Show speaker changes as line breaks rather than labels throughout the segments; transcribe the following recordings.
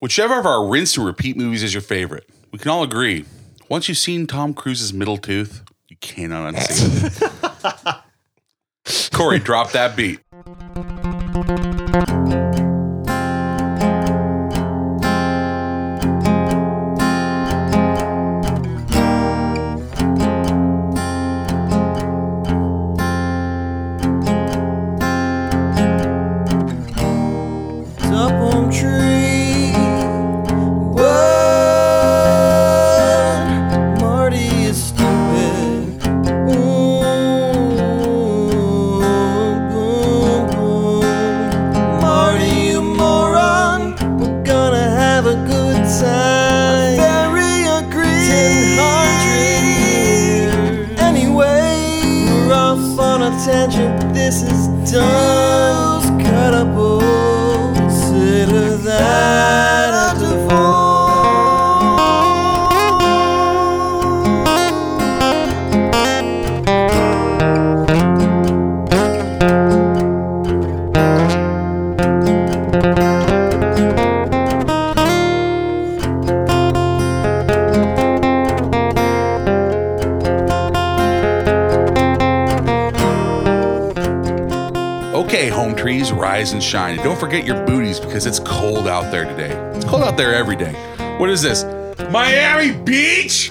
Whichever of our rinse and repeat movies is your favorite, we can all agree. Once you've seen Tom Cruise's middle tooth, you cannot unsee it. Corey, drop that beat.
Up on tree. What? Marty is stupid. Ooh, boom, boom. Marty, you moron. We're gonna have a good time. Very agree. Ten hundred years. Anyway, we're off on a tangent. This is done. Cuttable. Consider that a divorce.
Okay, home trees, rise and shine. And don't forget your booties because it's cold out there today. It's cold out there every day. What is this? Miami Beach?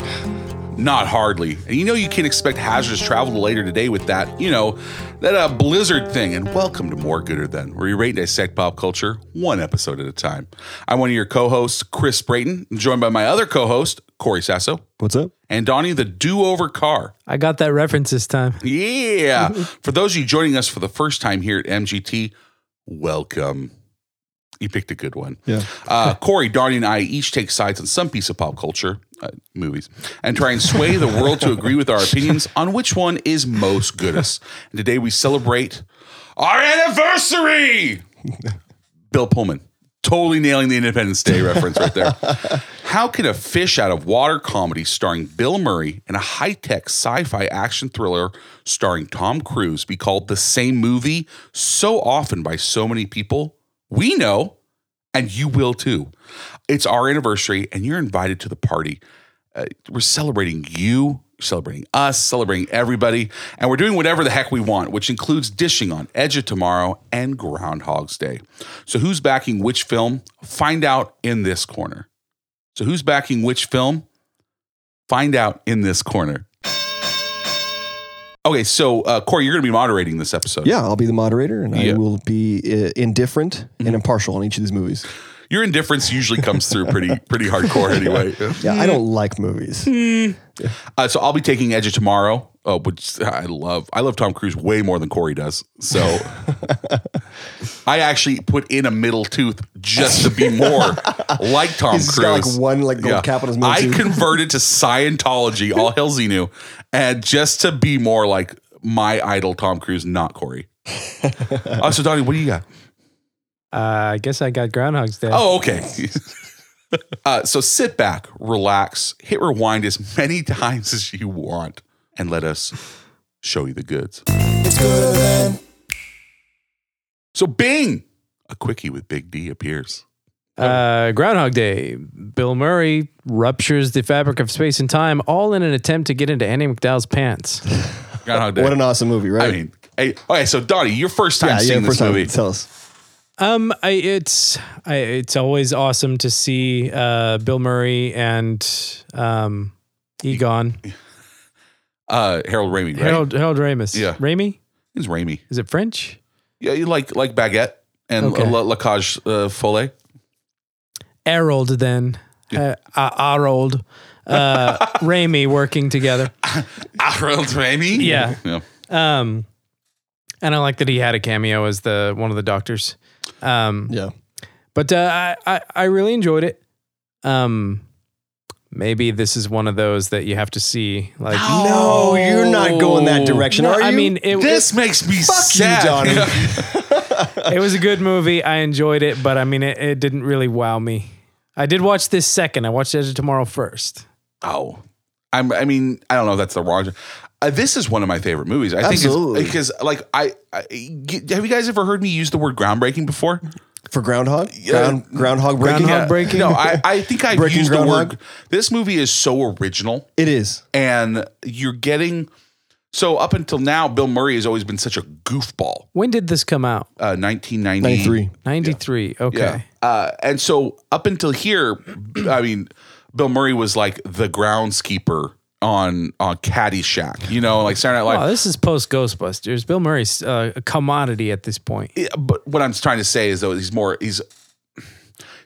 Not hardly. And you know you can expect hazardous travel later today with that, you know, that uh, blizzard thing. And welcome to More Gooder Than, where you rate and dissect pop culture one episode at a time. I'm one of your co-hosts, Chris Brayton, joined by my other co-host, Corey Sasso,
What's up?
and Donnie the Do-Over Car.
I got that reference this time.
Yeah. for those of you joining us for the first time here at MGT, welcome. You picked a good one.
Yeah.
Uh, Corey, Darnie, and I each take sides on some piece of pop culture, uh, movies, and try and sway the world to agree with our opinions on which one is most goodest. And today we celebrate our anniversary. Bill Pullman, totally nailing the Independence Day reference right there. How can a fish out of water comedy starring Bill Murray and a high tech sci fi action thriller starring Tom Cruise be called the same movie so often by so many people? We know, and you will too. It's our anniversary, and you're invited to the party. Uh, we're celebrating you, celebrating us, celebrating everybody, and we're doing whatever the heck we want, which includes dishing on Edge of Tomorrow and Groundhog's Day. So, who's backing which film? Find out in this corner. So, who's backing which film? Find out in this corner. Okay, so uh, Corey, you're going to be moderating this episode.
Yeah, I'll be the moderator and
Yeah. Mm-hmm.
I will be uh, indifferent and impartial on each of these movies.
your indifference usually comes through pretty pretty hardcore anyway.
Yeah, I
Mm.
don't like movies.
Uh, so I'll be taking Edge of Tomorrow, uh, which I love. I love Tom Cruise way more than Corey does. So I actually put in a middle tooth just to be more like Tom
He's just got,
Cruise.
like, one, like, gold cap on his middle
I
tooth.
converted to Scientology, all hell's he knew, and just to be more like my idol Tom Cruise, not Corey. uh, so Donnie, what do you got?
Uh, I guess I got Groundhog's Day.
Oh, okay. uh, so sit back, relax, hit rewind as many times as you want, and let us show you the goods. So, Bing, a quickie with Big D appears.
Uh, Groundhog Day. Bill Murray ruptures the fabric of space and time, all in an attempt to get into Andy McDowell's pants.
Groundhog Day.
What an awesome movie, right?
I mean, hey, okay, so Donnie, your first time seeing this
first time.
movie.
Tell us.
Um, I, it's I, it's always awesome to see uh, Bill Murray and um, Egon
Uh, Harold Raimi, right?
Harold Harold Ramis.
Yeah.
Raimi
It's Raimi.
is it French?
Yeah, you like like Baguette and
Okay.
La, La Cage uh, Folle.
Harold then uh, Harold uh, Raimi working together.
Harold Raimi?
Yeah.
yeah.
Um, and I like that he had a cameo as the one of the doctors. Um,
Yeah.
but uh, I, I I really enjoyed it. Um, maybe this is one of those that you have to see. Like,
No, you're not going that direction,
No,
are you?
I mean, it,
This makes me
Fuck you,
sad.
Donnie.
it was a good movie. I enjoyed it, but I mean, it, it didn't really wow me. I did watch this second. I watched Edge of Tomorrow first.
Oh, I'm, I mean, I don't know if that's the wrong. Uh, this is one of my favorite movies. I think it's-
Absolutely.
because, like, I, I- y- have you guys ever heard me use the word groundbreaking before?
for Groundhog? Ground, groundhog breaking?
Groundhog break- Breaking-
uh, No, I, I think I've
Breaking
used the
Groundhog?
word. This movie is so original,
It is.
and you're getting. So up until now, Bill Murray has always been such a goofball.
When did this come out?
Uh, 1990.
Mm.
93.
93. Okay.
Yeah. Uh, and so up until here, I mean, Bill Murray was like the groundskeeper on on Caddyshack, you know, like Saturday Night Live.
Wow, Oh, this is post Ghostbusters. Bill Murray's uh, a commodity at this point.
Yeah, but what I'm trying to say is though he's more he's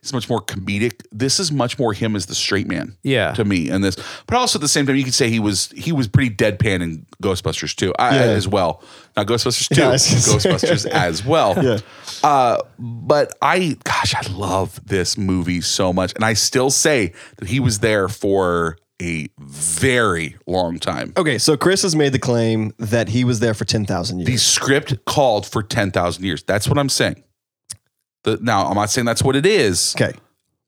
he's much more comedic. This is much more him as the straight man.
Yeah.
To me and this. But also at the same time you could say he was he was pretty deadpan in Ghostbusters too. I,
Yeah.
as well. Not Ghostbusters 2,
Yeah, I was gonna say.
Ghostbusters as well.
Yeah.
Uh but I gosh, I love this movie so much and I still say that he was there for a very long time.
Okay, so Chris has made the claim that he was there for 10,000
The
years.
script called for 10,000 years. That's what I'm saying. The, now, I'm not saying that's what it is.
Okay.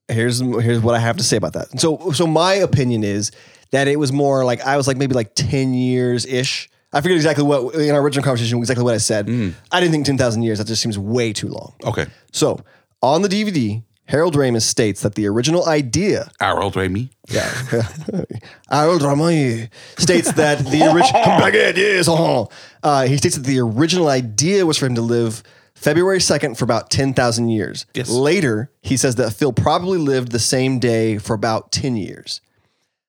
Here's here's what I have to say about that. So so my opinion is that it was more like I was like maybe like 10 years ish. I forget exactly what in our original conversation exactly what I said. I didn't think 10,000 years that just seems way too long.
Okay.
So, on the DVD, Harold Ramis states that the original idea
Harold Raimi.
Yeah. Harold Ramis states that the original Come back in, yes, uh-huh. uh, he states that the original idea was for him to live February 2nd for about 10,000 years.
Yes.
Later, he says that Phil probably lived the same day for about 10 years.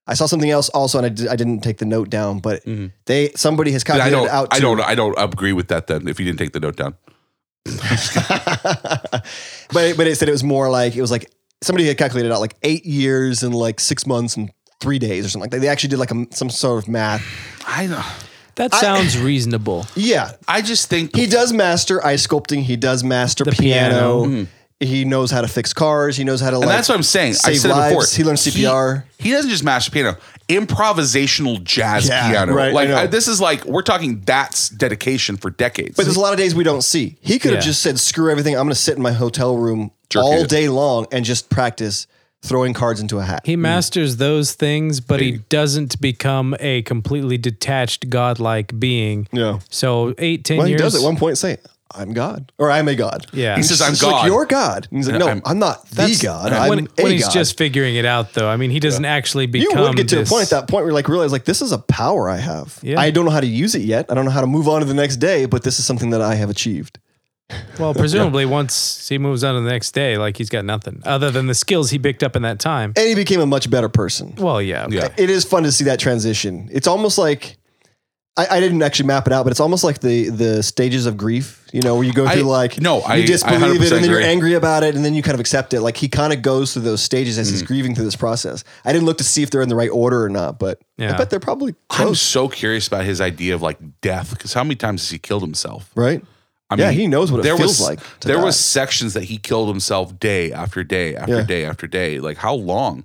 I saw something else also, and I, did, I didn't take the note down, but they somebody has
Mm-hmm. I
calculated
don't.
out. To,
I don't. I don't agree with that. Then, if you didn't take the note down,
But it, but it said it was more like it was like somebody had calculated out like eight years and like six months and three days or something like that. They actually did like a, some sort of math.
I.
That sounds reasonable.
Yeah,
I just think
he does master ice sculpting. He does master piano.
piano.
He knows how to fix cars. He knows how to.
Hmm. And
like,
that's what I'm saying. I
Save
said it before.
lives. He learned CPR.
He, doesn't just mash piano. Improvisational jazz
Yeah,
piano.
right, I
like
know.
I- this is like we're talking that's dedication for decades.
but there's a lot of days we don't see. He could have
Yeah.
just said, "Screw everything. I'm going to sit in my hotel room
Jerk
all
it.
day long and just practice throwing cards into a hat."
He masters those things, but he doesn't become a completely detached godlike being.
Yeah.
So eight, ten
well, he
years.
does at one point say, "I'm God," or "I'm a God."
Yeah.
And
He
says,
she's
"I'm
just like,
God."
You're God. And he's like, "No,
I'm-
I'm, not the God. I'm
when,
a
when he's
God."
just figuring it out, though. I mean, he doesn't actually
you
become.
would get to
this-
a point at that point where you like realize like this is a power I have.
Yeah.
I don't know how to use it yet. I don't know how to move on to the next day, but this is something that I have achieved.
Well, presumably, once he moves on to the next day, like he's got nothing other than the skills he picked up in that time.
And he became a much better person.
Well, yeah. okay.
Yeah.
It is fun to see that transition. It's almost like I, I didn't actually map it out, but it's almost like the the stages of grief, you know, where you go
I-
through like
no,
you
I- I
disbelieve
100%
it and then you're
agree.
angry about it and then you kind of accept it. Like he kind of goes through those stages as
Mm-hmm.
he's grieving through this process. I didn't look to see if they're in the right order or not, but I
Yeah.
bet they're probably
I'm
close,
so curious about his idea of like death because how many times has he killed himself?
right?
I
Yeah, he knows what it feels
was,
like to
There
die.
was sections that he killed himself day after day after
Yeah.
day after day. Like how long?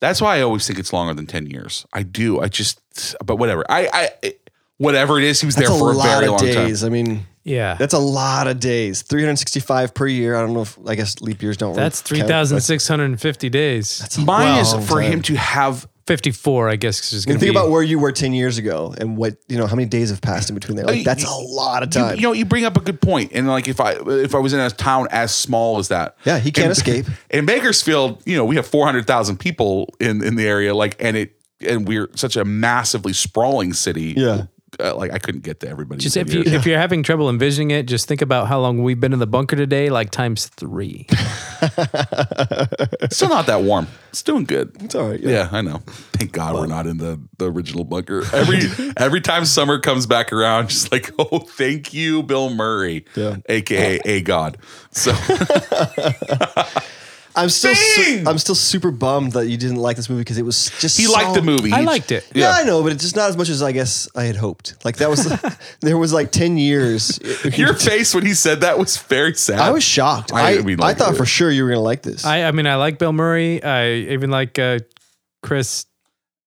That's why I always think it's longer than ten years. I do. I just. But whatever. I. I. It, whatever it is, he was
That's
there
a
for a
lot
very
of
long
days.
time.
I mean,
Yeah.
that's a lot of days. 365 per year. I don't know if I guess leap years don't.
That's
really count, but
3,650 days.
that's a
Mine is
long
for
time.
him to have.
54, I guess. Is
And
gonna
think
be-
about where you were 10 years ago and what, you know, how many days have passed in between there. Like,
Uh,
that's
you-
a lot of
You,
time.
you know, you bring up a good point, and like if I if I was in a town as small as that,
Yeah, he can't
in-
escape.
In Bakersfield, you know, we have four hundred thousand people in in the area, like, and it and we're such a massively sprawling city.
Yeah.
uh, like I couldn't get to everybody.
Just
in
if
ten
you
years.
if you're having trouble envisioning it, just think about how long we've been in the bunker today, like times three.
It's still not that warm. It's doing good.
it's all right.
Yeah, I know. Thank God we're not in the, the original bunker. Every every time summer comes back around, just like, oh, thank you, Bill Murray,
Yeah.
aka a God. So
I'm still, su-
Bing!
I'm still super bummed that you didn't like this movie because it was just.
he
so-
liked the movie.
I
He-
liked it.
Yeah.
Yeah,
I know, but it's just not as much as I guess I had hoped. Like, that was, there was like 10 years.
your face when he said that was very sad.
I was shocked.
I-
I,
I
I,
mean, like,
thought
uh,
for sure you were going to like this.
I, I mean, I like Bill Murray. I even like uh, Chris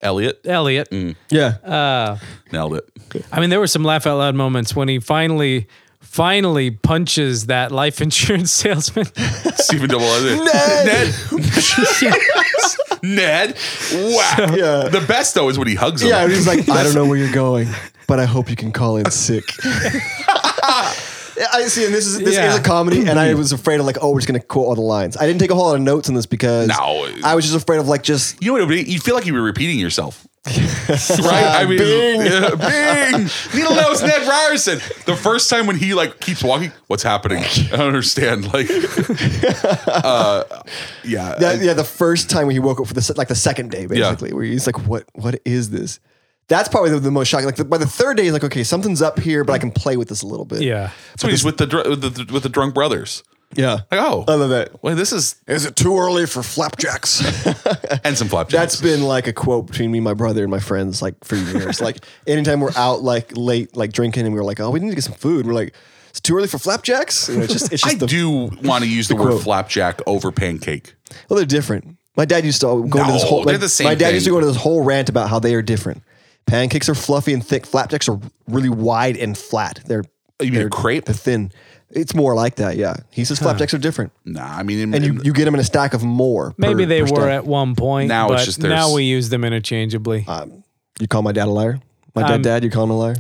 Elliot
Elliott.
yeah.
Uh,
nailed it.
I mean, there were some laugh out loud moments when he finally, finally punches that life insurance salesman.
Stephen Double
Ned!
Ned. Ned.
uh,
Wow.
Yeah.
The best though is when he hugs him.
Yeah, and he's like, I don't know where you're going, but I hope you can call in sick. I see, and this is this
Yeah.
is a comedy, and I was afraid of like, oh, we're just gonna quote all the lines. I didn't take a whole lot of notes on this because
No.
I was just afraid of like just
You know what it would be? You feel like you were repeating yourself. right? I mean,
Bing.
Yeah, Bing. Needle nose Ned Ryerson. The first time when he like keeps walking, what's happening? I don't understand. Like, uh, yeah,
that, yeah. The first time when he woke up for the se- like the second day, basically, where he's like, what what is this? That's probably the, the most shocking. Like the, by the third day, he's like, okay, something's up here,
Mm.
but I can play with this a little bit.
Yeah.
that's when he's with the, dr- with the with the drunk brothers.
yeah.
Like, oh,
I love that.
Wait, this is
Is it too early for flapjacks?
and some flapjacks.
That's been like a quote between me, my brother, and my friends, like for years. like anytime we're out, like late, like drinking, and we were like, "Oh, we need to get some food." We're like, "It's too early for flapjacks." You know, it's just, it's just
I
the,
do want to use the, word
quote.
flapjack over pancake.
Well, they're different. My dad used to go into this
No,
whole.
they're
like,
the same
my dad used to
thing.
go into this whole rant about how they are different. Pancakes are fluffy and thick. Flapjacks are really wide and flat. They're
You mean a
they're-
crepe?
They're thin. It's more like that. Yeah, he says flapjacks are different,
Nah, I mean, in-
and you, you get them in a stack of more.
Maybe
per-
they
per
were
stack.
at one point.
Now
but
it's just there's-
now we use them interchangeably.
You call my dad a liar? My dad,
Um,
dad, you call him a liar?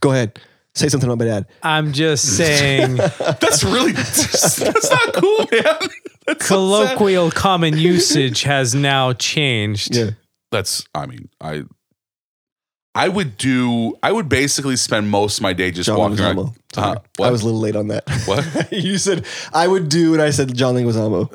Go ahead. Say something about my dad.
I'm just saying
that's really that's not cool, man. That's so sad.
colloquial common usage has now changed.
Yeah.
that's i mean i i would do i would basically spend most of my day just
John
walking
Leguizamo.
around uh,
Sorry.
what?
I was a little late on that.
What?
you said I would do, and I said John Leguizamo.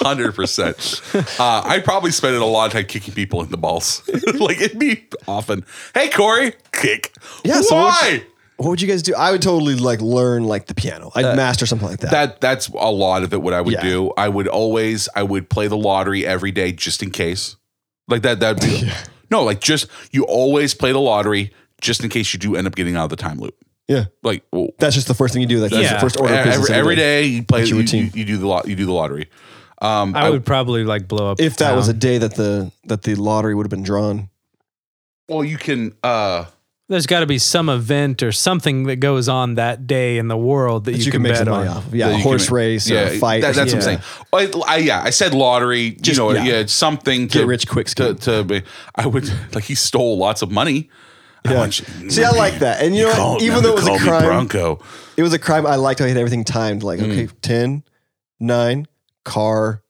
100% uh, i probably spend a lot of time kicking people in the balls like it'd be often hey corey kick
Yeah, so
why
what's- What would you guys do? I would totally like learn like the piano. I'd master something like that.
that that's a lot of it what i would
Yeah.
do i would always i would play the lottery every day just in case like that that'd be no like just you always play the lottery just in case you do end up getting out of the time loop
yeah.
like well,
That's just the first thing you do. That's, that's
Yeah.
the first order of business
every, every day you play
That's
you,
your
you,
routine.
you do the lot you do the lottery um
I would probably like blow up.
If that
town.
was a day that the that the lottery would have been drawn.
well you can uh
there's got to be some event or something that goes on that day in the world that,
That
you,
you, can
can,
make
bet
some money
on.
off of. Yeah,
that
a
you
horse
can-
race or a fight.
that-
or
that's
something.
what i'm saying I, I yeah i said lottery you
Just-
know
yeah.
yeah. it's something to
Get rich quick
to,
scheme.
to be, i would like he stole lots of money I
Yeah.
want you-
See, I like that. And you know what?
called-
Even
now
though
they
it was a
call me
crime-
bronco
It was a crime. I liked how he had everything timed. Like,
Mm.
okay, 10, 9, car,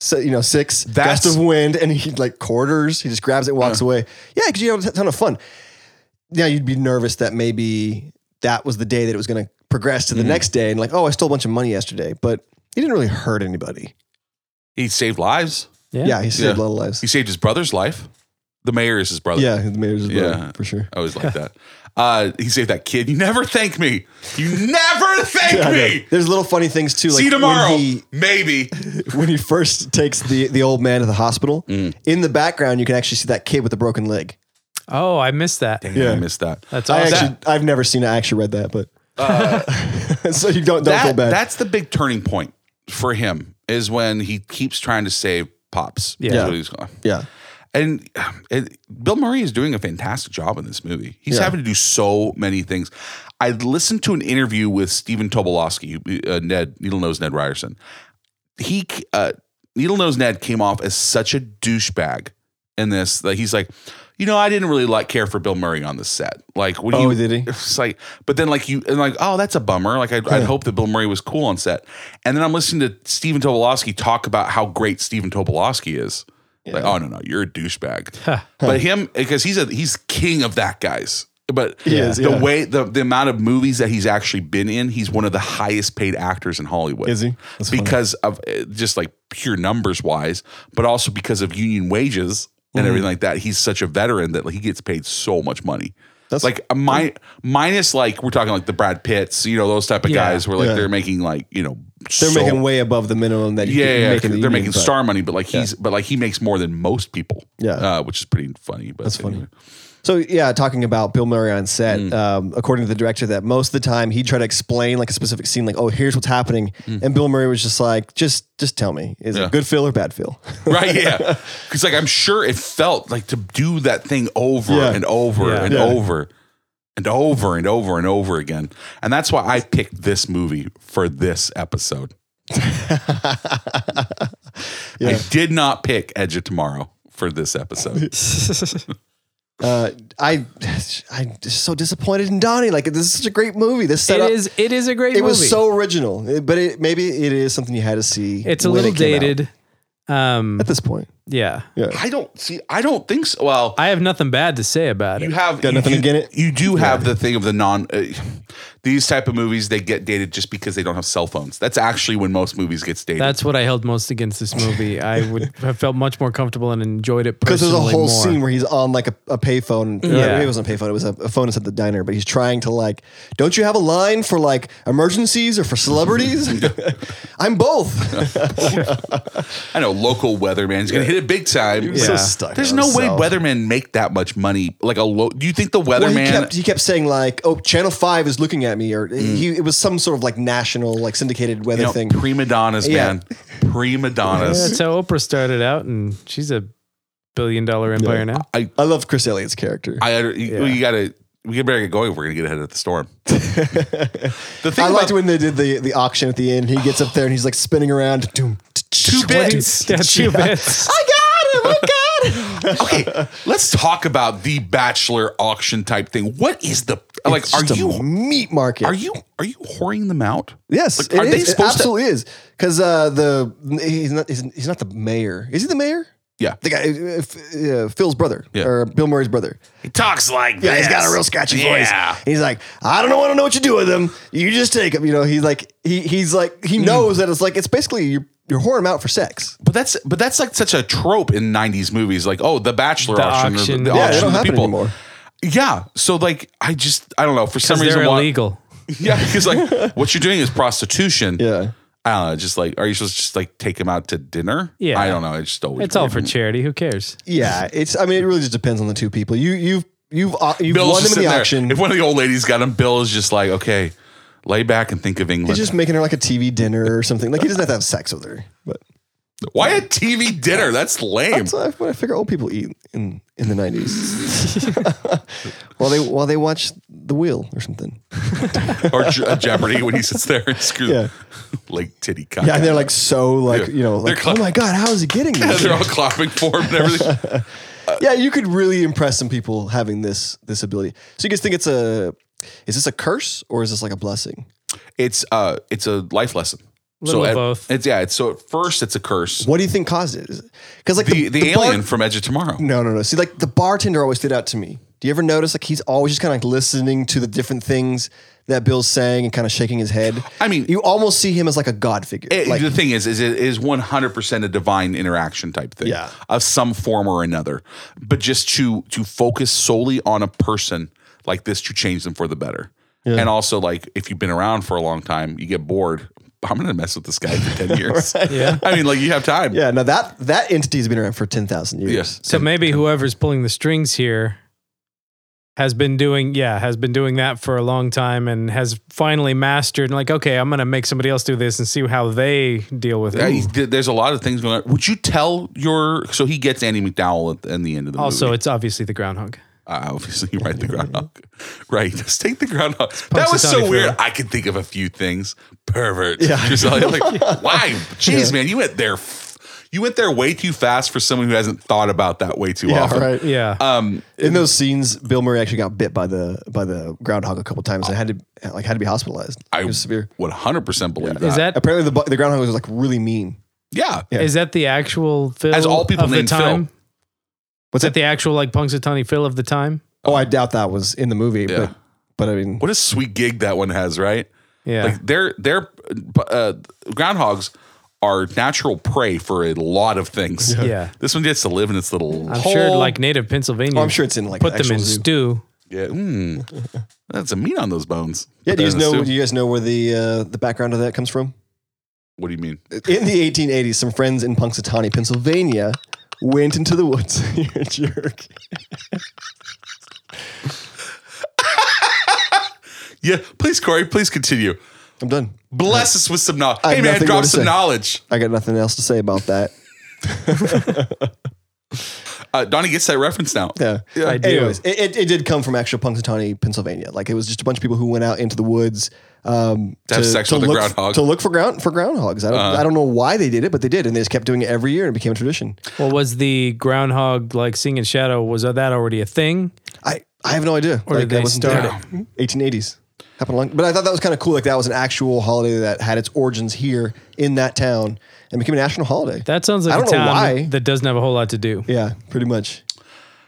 so, you know, 6,
That's- Uh.
gust of wind. And he like quarters. He just grabs it, walks away. Yeah, because you have a ton of fun. Now you'd be nervous that maybe that was the day that it was going to progress to the
Mm.
next day. And like, oh, I stole a bunch of money yesterday. But he didn't really hurt anybody.
he saved lives
Yeah.
Yeah, he saved
Yeah.
a lot of lives.
he saved his brother's life the mayor is his brother
yeah, the mayor's his brother,
Yeah.
for sure.
I always like that. Uh, he saved that kid. You never thank me. You never thank
I know.
me.
There's little funny things too. Like
See you tomorrow.
When he,
Maybe.
when he first takes the, the old man to the hospital,
Mm.
in the background you can actually see that kid with the broken leg.
Oh, I missed that.
Yeah, I missed Oh, that. Uh,
That's
I
awesome.
actually I've never seen it. I actually read that, but so you don't don't
that,
feel bad.
That's the big turning point for him is when he keeps trying to save pops.
Yeah.
Is
Yeah.
what he's calling-
yeah,
And um, it, Bill Murray is doing a fantastic job in this movie. He's
Yeah.
having to do so many things. I listened to an interview with Stephen Tobolowsky, uh, Ned Needle Nose Ned Ryerson. He uh, Needle Nose Ned came off as such a douchebag in this that he's like, you know, I didn't really like care for Bill Murray on the set. Like, when
Oh,
you,
did he?
It's like, but then like you and like, oh, that's a bummer. Like I'd, I'd hope that Bill Murray was cool on set. And then I'm listening to Stephen Tobolowsky talk about how great Stephen Tobolowsky is. Like, oh no, no, you're a douchebag. But him because he's a he's king of that guys. But
He is,
the
yeah.
way the, the amount of movies that he's actually been in, he's one of the highest paid actors in Hollywood.
Is he? That's funny.
because of uh, just like pure numbers wise, but also because of union wages and
Mm-hmm.
everything like that. He's such a veteran that like, he gets paid so much money.
That's-
like a mi- minus like we're talking like the Brad Pitts, you know those type of
Yeah.
guys where like
Yeah.
they're making like you know
they're
so-
making way above the minimum that you
yeah,
can
yeah,
make in the
they're
union,
making
but-
star money, but like he's but like he makes more than most people.
Yeah.
uh, which is pretty funny. But
That's funny.
anyway.
So yeah, talking about Bill Murray on set,
Mm.
um, according to the director, that most of the time he'd try to explain like a specific scene, like oh here's what's happening, and Bill Murray was just like just just tell me is
Mm. Yeah.
it good feel or bad feel?
right? Yeah, because like I'm sure it felt like to do that thing over
Yeah.
and over
Yeah.
and
Yeah.
over and over and over and over again, and that's why I picked this movie for this episode. I did not pick Edge of Tomorrow for this episode.
Uh, I, I'm just so disappointed in Donnie. Like this is such a great movie. This
It
setup,
is. It is a
it
great. movie.
was so original, It- but it, maybe it is something you had to see.
It's a
when
little
it came out
dated. Um.
at this point.
Yeah.
I don't see. I don't think so. Well,
I have nothing bad to say about
you
it.
have
Got
you
nothing
do-
against it?
You do have the thing of the non. Uh, these type of movies they get dated just because they don't have cell phones. That's actually when most movies gets dated.
That's what I held most against this movie. I would have felt much more comfortable and enjoyed it
Because there's
personally
a whole
more.
scene where he's on like a, a payphone. Yeah.
Mm-hmm. Yeah.
it wasn't a payphone. It was a, a phone that's at the diner. But he's trying to like, don't you have a line for like emergencies or for celebrities? I'm both.
I know local weatherman is going to hit it big time.
so Yeah.
stuck
There's
on
no way
himself.
weathermen make that much money. Like a low. Do you think the
Well, he
weatherman?
kept he kept saying like, oh, Channel Five is looking at me, or he it was some sort of like national like syndicated weather
Mm. you know,
thing.
prima donnas,
Yeah.
man. Prima donnas.
That's how Oprah started out, and she's a billion dollar empire now.
I love Chris Elliott's character. I,
I you, you gotta we get better get going. if We're gonna get ahead of the storm. the thing
liked
about
when they did the the auction at the end. He gets up there and he's like spinning around. Doom,
two bits.
Yeah, two bits.
I got him! I got him!
Okay, let's talk about the bachelor auction type thing. What is the like?
It's
Are
just a
you
meat market?
are you are you whoring them out?
Yes,
Like,
it
are
is.
they
It
supposed to?
absolutely is. Because uh, the he's not he's, he's not the mayor. Is he the mayor?
Yeah,
The guy, uh, F- uh, Phil's brother
Yeah.
or Bill Murray's brother.
he talks like
Yeah,
this.
he's got a real scratchy voice.
Yeah.
And he's like, I don't know, I don't know what you do with them. You just take them. You know, he's like, he he's like,
Hmm.
he knows that it's like it's basically you're you're whoring 'em out for sex.
But that's but that's like such a trope in '90s movies. Like, oh, the bachelor
The
auction, or
auction.
the
Yeah, they
auction
don't
of the
happen
people.
anymore.
Yeah, so like, I just I don't know for some
Because
reason
they're
why-
illegal.
Yeah, because like what you're doing is prostitution.
Yeah.
I don't know. Just like, are you supposed to just like take them out to dinner?
Yeah.
I don't know. It's just always
It's all
weird.
for charity. Who cares?
Yeah, it's. I mean, it really just depends on the two people. You you've you've uh, you've
Bill's
won
just
them
sitting
in the
there.
auction.
If one of the old ladies got him, Bill is just like, okay, lay back and think of England.
He's just making her like a TV dinner or something. Like he doesn't have to have sex with her, but.
Why a TV dinner? That's lame.
That's what I, what I figure old people eat in, in the nineties. while they while they watch The Wheel or something.
or Je- uh, Jeopardy when he sits there and screws
Yeah.
like titty cock.
Yeah, and they're like so like
Yeah.
you know
They're
like
cla-
oh my god, how is he getting this?
they're all clapping for him and everything.
yeah, you could really impress some people having this this ability. So you guys think it's a is this a curse or is this like a blessing?
It's uh, it's a life lesson.
Little
so
of
at-
both.
It's yeah. It's so at first it's a curse.
What do you think caused it? Because like
The, the,
bar-
alien from Edge of Tomorrow.
no no no. See like the bartender always stood out to me. Do you ever notice like he's always just kind of like listening to the different things that Bill's saying and kind of shaking his head?
I mean-
you almost see him as like a god figure.
It-
like,
the thing is, is it is one hundred percent a divine interaction type thing,
Yeah.
of some form or another. But just to to focus solely on a person like this to change them for the better, and also like if you've been around for a long time, you get bored. I'm gonna mess with this guy for ten years.
Yeah.
I mean, like you have time.
Yeah, now that that entity has been around for ten thousand years.
Yes.
So maybe whoever's pulling the strings here has been doing yeah has been doing that for a long time and has finally mastered like okay I'm gonna make somebody else do this and see how they deal with
Yeah,
it.
he's- there- there's a lot of things going on. Would you tell your so he gets Andy McDowell at the, in the end of the
also,
movie?
it's obviously the groundhog.
uh, obviously you write the groundhog, right? Just take the groundhog.
punch
That was
the
so
Tony
weird.
Fury.
I could think of a few things. Pervert. Yeah. Just like, like, why? Jeez, man, you went there. f- You went there way too fast for someone who hasn't thought about that way too
Yeah,
often.
right.
Yeah,
Um,
In those scenes, Bill Murray actually got bit by the by the groundhog a couple times and had to like had to be hospitalized.
I
it was severe.
would 100% believe that.
is that is
Apparently, the bu- the groundhog was like really mean.
uh, Yeah.
that the actual Phil
As all people
of the
named Phil.
time?
What's
Is that the actual like Punxsutawney Phil of the time?
Oh, I doubt that was in the movie.
Yeah.
But but I mean,
What a sweet gig that one has, right?
Yeah,
Like they're they're uh, groundhogs are natural prey for a lot of things.
Yeah.
This one gets to live in its little
I'm
hole.
sure like native Pennsylvania.
oh, I'm sure it's in like
put them
actual
in
zoo.
stew.
Yeah. mm. That's a meat on those bones.
Yeah, do you guys
Bananas
know?
too.
Do you guys know where the uh, the background of that comes from?
What do you mean?
In the 1880s, some friends in Punxsutawney, Pennsylvania, went into the woods. You're a jerk.
Yeah. Please, Corey, please continue.
I'm done.
Bless us with some knowledge.
I
Hey,
have
man,
nothing more
drop
to
some
say.
knowledge.
I got nothing else to say about that.
Uh, Donnie gets that reference now.
Yeah.
I do.
Anyways, it, it, it did come from actual Punxsutawney, Pennsylvania. Like it was just a bunch of people who went out into the woods um,
have sex with a
look,
groundhog. Uh.
to look for ground for groundhogs. I don't I don't know why they did it, but they did, and they just kept doing it every year and it became a tradition.
Well, was the groundhog like seeing in shadow? Was that already a thing?
I I have no idea.
Or did
that
they
wasn't
start
done. 1880s happened long, but I thought that was kind of cool. Like that was an actual holiday that had its origins here in that town and became a national holiday.
That sounds like
I
a
don't know
town
why.
that doesn't have a whole lot to do.
yeah, pretty much.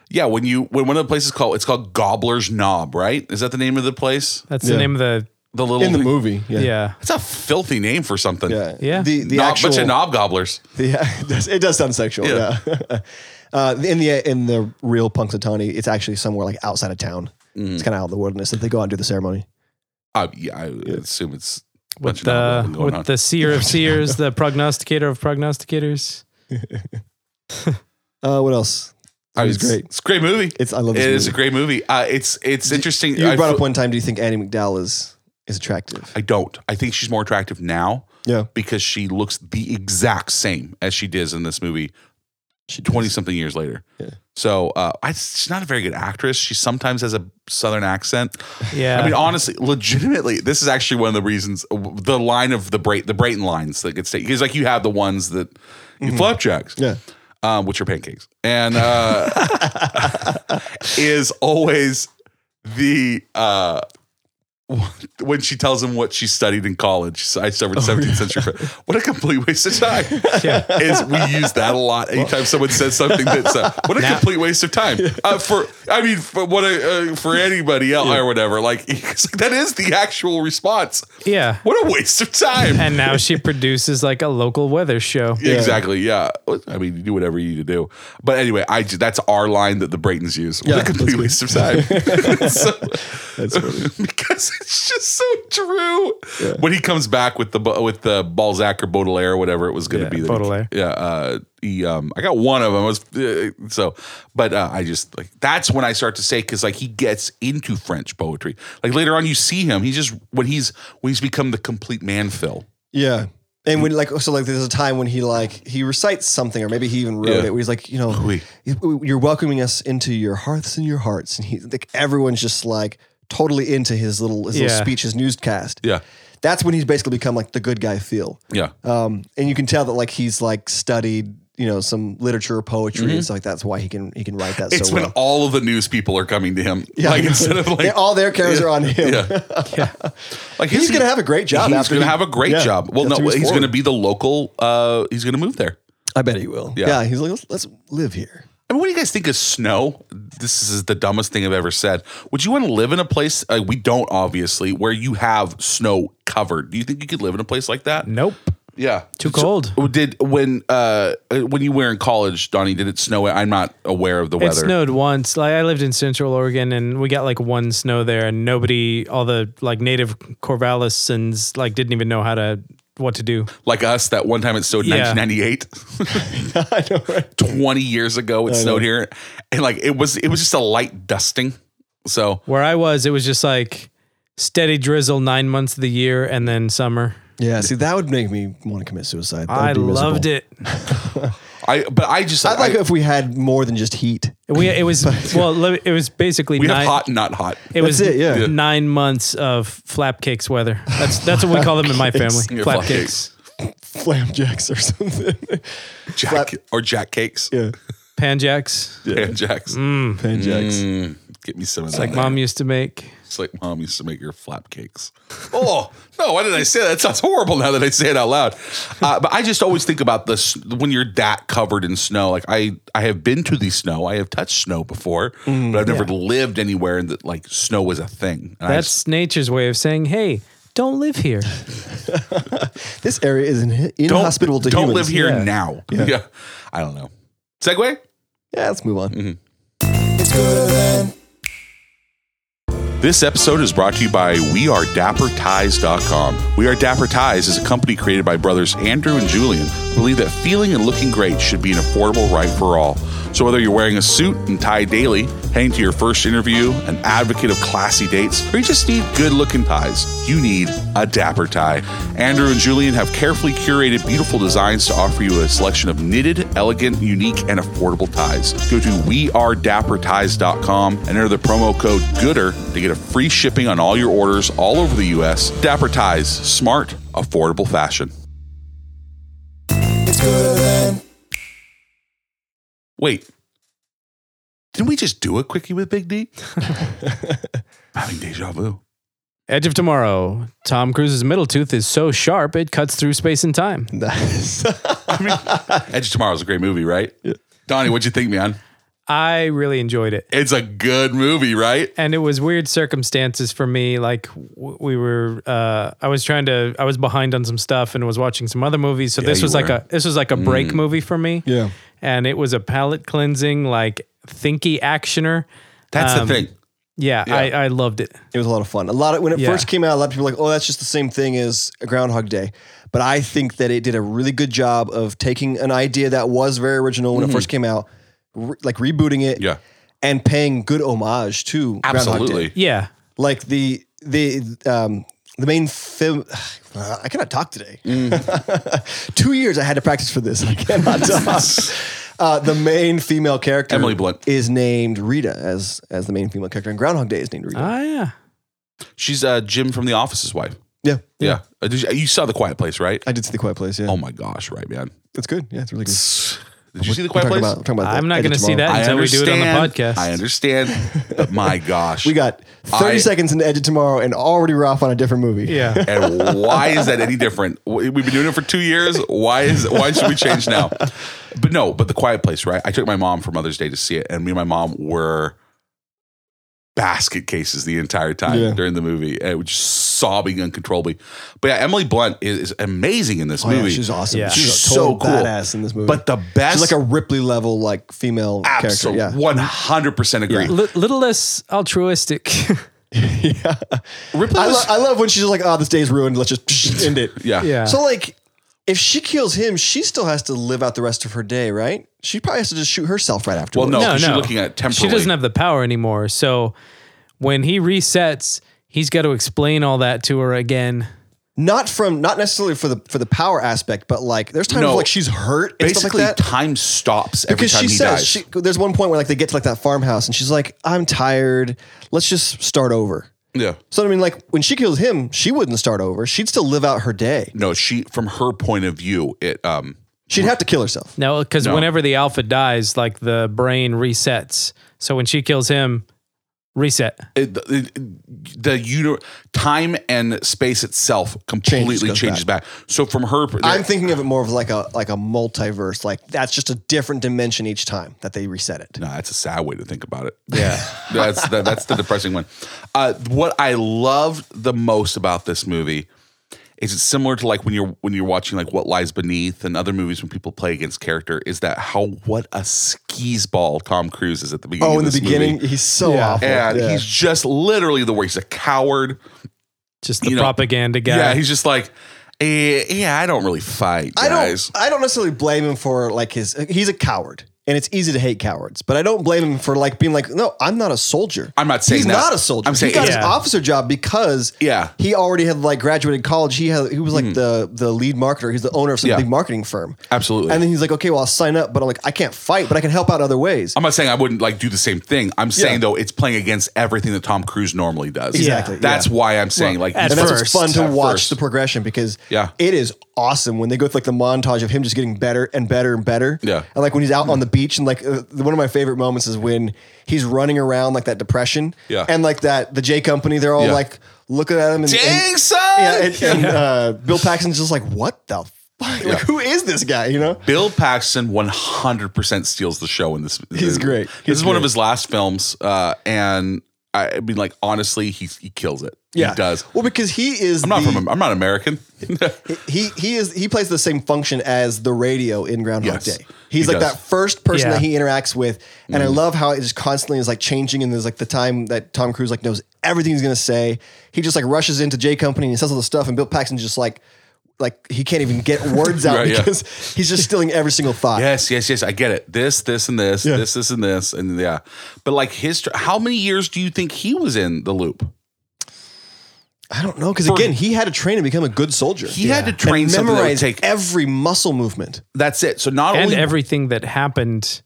Yeah, when you when one of the places called it's called Gobbler's Knob, right? Is that the name of the place?
That's
Yeah.
the name of the
The little
In the movie, yeah,
yeah.
It's a filthy name for something.
yeah,
Yeah.
The the
Knob-
actual
bunch of knob gobblers.
Yeah, it does, it does sound sexual.
Yeah.
Yeah. uh, in the in the real Punxsutawney, it's actually somewhere like outside of town.
Mm.
It's kind of out in the wilderness that they go out and do the ceremony.
Uh, yeah, I assume it's a bunch of knob
With the
gobbling going
with
on.
the seer of seers, the prognosticator of prognosticators.
Uh, what else? It
I-
was great.
It's a great movie.
It's I love this
It is a
movie.
great movie. Uh, it's it's interesting.
You
I
brought up
feel-
one time. Do you think Annie McDowell is is attractive?
I don't. I think she's more attractive now
Yeah,
because she looks the exact same as she does in this movie
she does.
20 something years later.
Yeah.
So uh, I, she's not a very good actress. She sometimes has a southern accent.
Yeah.
I mean, honestly, legitimately, this is actually one of the reasons uh, the line of the Bray, the Brayton lines that gets taken because like you have the ones that
Mm-hmm.
flapjacks,
Yeah.
um, which are pancakes, and uh, is always the uh, when she tells him what she studied in college. So I studied 17th century. French. What a complete waste of time! is we use that a lot anytime someone says something that's uh, what a complete waste of time uh, for. I mean, for what a, uh, for anybody else or whatever. Like that is the actual response.
yeah.
What a waste of time!
And now she produces like a local weather show.
Yeah, Exactly. Yeah. I mean, you do whatever you need to do. But anyway, I ju- that's our line that the Braytons use. What
Yeah,
a complete waste of time. So- because it's just so true. When he comes back with the bu- with the Balzac or Baudelaire or whatever it was going to
Yeah,
be. that he-
Baudelaire.
yeah. Uh, he, um, I got one of them. I was uh, so, but uh, I just like that's when I start to say because like he gets into French poetry. Like later on, you see him. He's just when he's when he's become the complete man. Phil.
Yeah.
Mm.
And when like so like there's a time when he like he recites something or maybe he even wrote
Yeah.
it where he's like you know
Oui.
you're welcoming us into your hearths and your hearts and he like everyone's just like totally into his little his little
Yeah.
speech his newscast
Yeah.
that's when he's basically become like the good guy feel
Yeah.
um and you can tell that like he's like studied you know some literature or poetry and stuff like that's why he can he can write that
Mm-hmm. It's
so
when
well
all of the news people are coming to him.
Yeah,
like
I know.
instead of like
Yeah, all their cameras are on him
yeah.
Yeah.
Like
He's
his-
gonna have a great job
He's
after
gonna
he-
have a great
yeah,
job. Well, no,
after
he's,
he's born.
gonna be the local. uh He's gonna move there.
I bet he will
Yeah.
yeah he's like let's, let's live here
I mean, what do you guys think of snow? This is the dumbest thing I've ever said. Would you want to live in a place? Uh, we don't, obviously, where you have snow covered. Do you think you could live in a place like that?
Nope.
Yeah,
Too cold.
did when uh when you were in college, Donnie? Did it snow? I'm not aware of the
It
weather.
snowed once. Like I lived in Central Oregon, and we got like one snow there, and nobody, all the like native Corvallisans, like didn't even know how to what to do.
Like us, that one time it snowed in
Yeah.
1998.
I know right
20 years ago it snowed here and like it was it was just a light dusting so
Where I was, it was just like steady drizzle nine months of the year, and then summer.
Yeah, see, that would make me want to commit suicide. That would
I
be miserable.
loved it.
i but i just
I'd like
I-
if we had more than just heat.
We it was well, li- it was basically
we have
nine,
hot and not hot
It was
it, yeah.
nine months of flap cakes weather. That's that's what we call them in my family.
Yeah,
flap
flap
cakes,
Flamjacks or something.
jack
Flap-
or jack cakes
yeah,
panjacks,
and jacks
panjacks.
Mm, get me some of that
like mom used to make.
it's like mom used to make her flap cakes oh no why did i say that it sounds horrible now that i say it out loud uh, but i just always think about this when you're that covered in snow like i i have been to the snow i have touched snow before but i've never lived anywhere that like snow was a thing and I just-
That's nature's way of saying, "Hey, don't live here."
This area is in, inhospitable to
don't
humans.
live here
Yeah.
now. Yeah.
Yeah.
I don't know. Segway?
Yeah, let's move on.
This episode is brought to you by WeAreDapperTies.com. We Are Dapper Ties is a company created by brothers Andrew and Julian believe that feeling and looking great should be an affordable right for all. So whether you're wearing a suit and tie daily, heading to your first interview, an advocate of classy dates, or you just need good looking ties, you need a dapper tie. Andrew and Julian have carefully curated beautiful designs to offer you a selection of knitted, elegant, unique, and affordable ties. Go to wearedapperties.com and enter the promo code GOODER to get a free shipping on all your orders all over the US. Dapper Ties, smart, affordable fashion.
It's gooder than
Wait. Didn't we just do a quickie with Big D? I'm having deja vu.
Edge of Tomorrow. Tom Cruise's middle tooth is so sharp it cuts through space and time.
Nice.
Mm-hmm. Edge of Tomorrow's a great movie, right? Donnie, what'd you think, man?
I really enjoyed it.
It's a good movie, right?
and it was weird circumstances for me like w- we were uh i was trying to i was behind on some stuff and was watching some other movies so this
you
was like
were. Mm.
a this was like a break movie for me
Yeah.
and it was a palate cleansing like thinky actioner
That's
Um,
the thing.
yeah,
Yeah.
i i loved it
It was a lot of fun. A lot of when it
Yeah.
first came out, a lot of people were like, "Oh, that's just the same thing as a Groundhog Day." But I think that it did a really good job of taking an idea that was very original when it first came out, re- like rebooting it,
Mm-hmm. Yeah.
and paying good homage to Groundhog Day.
Absolutely.
yeah
Like the the um, the main film. I cannot talk today.
Mm.
Two years I had to practice for this. I cannot talk. Uh, the main female character
Emily Blunt.
is named Rita as as the main female character, and Groundhog Day is named Rita.
oh yeah
She's uh, Jim from The Office's wife.
yeah,
Yeah. Uh, did you, you saw The Quiet Place, right?
I did see the Quiet Place. Yeah,
Oh my gosh, right, man.
It's good. Yeah, it's really good.
Did you see The
We're
Quiet
talking
Place?
about- we're talking about the
I'm not
edit
gonna see
tomorrow.
that.
I
Until we do it on the
understand.
podcast.
I understand. But my gosh.
We got 30
I-
seconds into Edit Tomorrow and already we're off on a different movie.
yeah
and why is that any different? We've been doing it for two years. Why is why should we change now? But no, but the Quiet Place, right? I took my mom for Mother's Day to see it, and me and my mom were basket cases the entire time
Yeah.
during the movie, and we just sobbing uncontrollably. But yeah, Emily Blunt is, is amazing in this
Oh, yeah,
movie.
she's awesome.
Yeah.
She's,
She's
a
so
total
cool.
badass in this movie.
but the best,
she's like a Ripley level like female
absolute
character.
one hundred percent agree.
L- little less altruistic
Yeah. yeah.
Ripley
I, lo-
was-
I love when she's like, "Oh, this day's ruined. Let's just end it."
yeah,
yeah
So like, if she kills him, she still has to live out the rest of her day, right? She probably has to just shoot herself right after.
Well, no, Oh, 'cause you're looking at it temporally.
She doesn't have the power anymore. So when he resets, he's got to explain all that to her again.
not from not necessarily for the for the power aspect, but like, there's times
No.
where, like she's hurt and stuff
Basically,
like that.
time stops every
because
time
she
he
says
dies.
she, there's one point where like they get to like that farmhouse and she's like i'm tired let's just start over
yeah.
so i mean like when she kills him she wouldn't start over she'd still live out her day
No, she from her point of view, it um
she'd have to kill herself
No, because
No.
whenever the alpha dies, like the brain resets. So when she kills him, reset.
it, it, the uni- time and space itself completely
goes
changes, back. So from her,
i'm thinking of it more of like a like a multiverse like that's just a different dimension each time that they reset it
no, that's a sad way to think about it. Yeah, that's that, that's the depressing one. Uh, what I loved the most about this movie is it's similar to like when you're when you're watching like What Lies Beneath and other movies when people play against character is that how what a skis ball Tom Cruise is at the beginning.
oh
of
in the
this
beginning
movie.
he's so
Yeah.
awful
and
Yeah.
he's just literally the worst. He's a coward.
Just the
You know,
propaganda guy.
Yeah, he's just like, eh, yeah, I don't really fight,
i
guys.
don't i don't necessarily blame him for like his he's a coward and it's easy to hate cowards, but I don't blame him for like being like, no, I'm not a soldier.
I'm not saying
he's
that.
not a soldier.
I'm saying-
he got his
Yeah.
officer job because
Yeah. Hmm.
he already had like graduated college. He had he was like the the lead marketer. He's the owner of some
Yeah.
big marketing firm.
Absolutely.
And then he's like, okay, well, I'll sign up, but I'm like, I can't fight, but I can help out other ways.
I'm not saying I wouldn't like do the same thing. I'm saying though it's playing against everything that Tom Cruise normally does.
Exactly,
That's why I'm saying like he's-
at
and that's what's
first.
fun to
At
watch
first.
the progression because
Yeah.
it is awesome when they go through like the montage of him just getting better and better and better.
Yeah.
and like when he's out on the beach and like uh, one of my favorite moments is when he's running around like that depression.
Yeah.
and like that the J Company they're all
Yeah.
like looking at him and
Dang,
and-
son!
Yeah, and, and, Uh, Bill Paxton's just like, what the. Fuck? Like,
Yeah.
who is this guy? You know,
Bill Paxton 100% steals the show in this. uh,
He's great.
This
He's
is one of
great.
his last films, uh, and I, I mean, like honestly, he he kills it. he does.
Well, because he is.
I'm not
the,
from. I'm not American.
he he is he plays the same function as the radio in Groundhog
Yes,
Day. He's
he
like
does. Mm-hmm.
that first person
Yeah.
that he interacts with, and I love how it just constantly is like changing. And there's like the time that Tom Cruise like knows everything he's gonna say. He just like rushes into J Company and he says all the stuff, and Bill Paxton's just like like he can't even get words out
Right, yeah.
because he's just stealing every single thought.
Yes, yes, yes. I get it. This, this, and this,
Yeah.
this, this, and this, and yeah. But like his, how many years do you think he was in the loop?
I don't know because
For-
again, he had to train to become a good soldier.
He had to train
and
something that would
memorize
take.
every muscle movement
that's it. So not
and
only
everything that happened.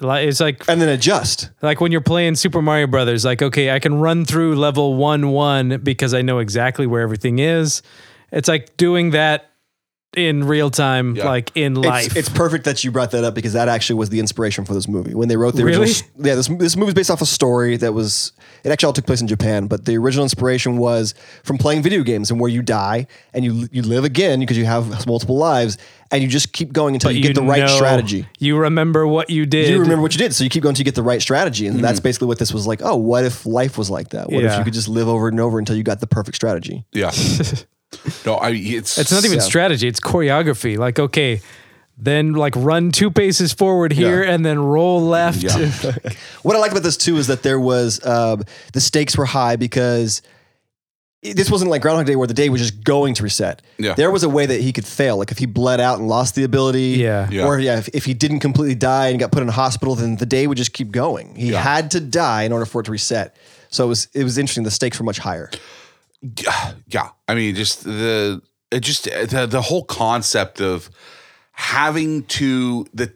Like, It's like
and then adjust.
like when you're playing Super Mario Brothers. Like okay, I can run through level one one because I know exactly where everything is. It's like doing that in real time,
Yeah.
like in life.
It's, it's perfect that you brought that up because that actually was the inspiration for this movie. When they wrote the
Really?
original, yeah, this this movie is based off a story that was it actually all took place in Japan, but the original inspiration was from playing video games and where you die and you you live again because you have multiple lives and you just keep going until you, get the right
know-
strategy.
You remember what you did.
You remember what you did, so you keep going until you get the right strategy, and that's basically what this was like. Oh, what if life was like that? What if
Hmm. Yeah.
you could just live over and over until you got the perfect strategy?
yeah. no, I. It's
It's not even
So-
strategy, it's choreography. Like, okay, then like run two paces forward here and then roll left.
Yeah.
What I like about this too is that there was um, the stakes were high because it- this wasn't like Groundhog Day where the day was just going to reset.
Yeah.
There was a way that he could fail. Like if he bled out and lost the ability.
Yeah.
Yeah.
Or yeah, if, if he didn't completely die and got put in a hospital, then the day would just keep going. He
Yeah.
had to die in order for it to reset. So it was it was interesting. The stakes were much higher.
yeah i mean just the it just the, the whole concept of having to the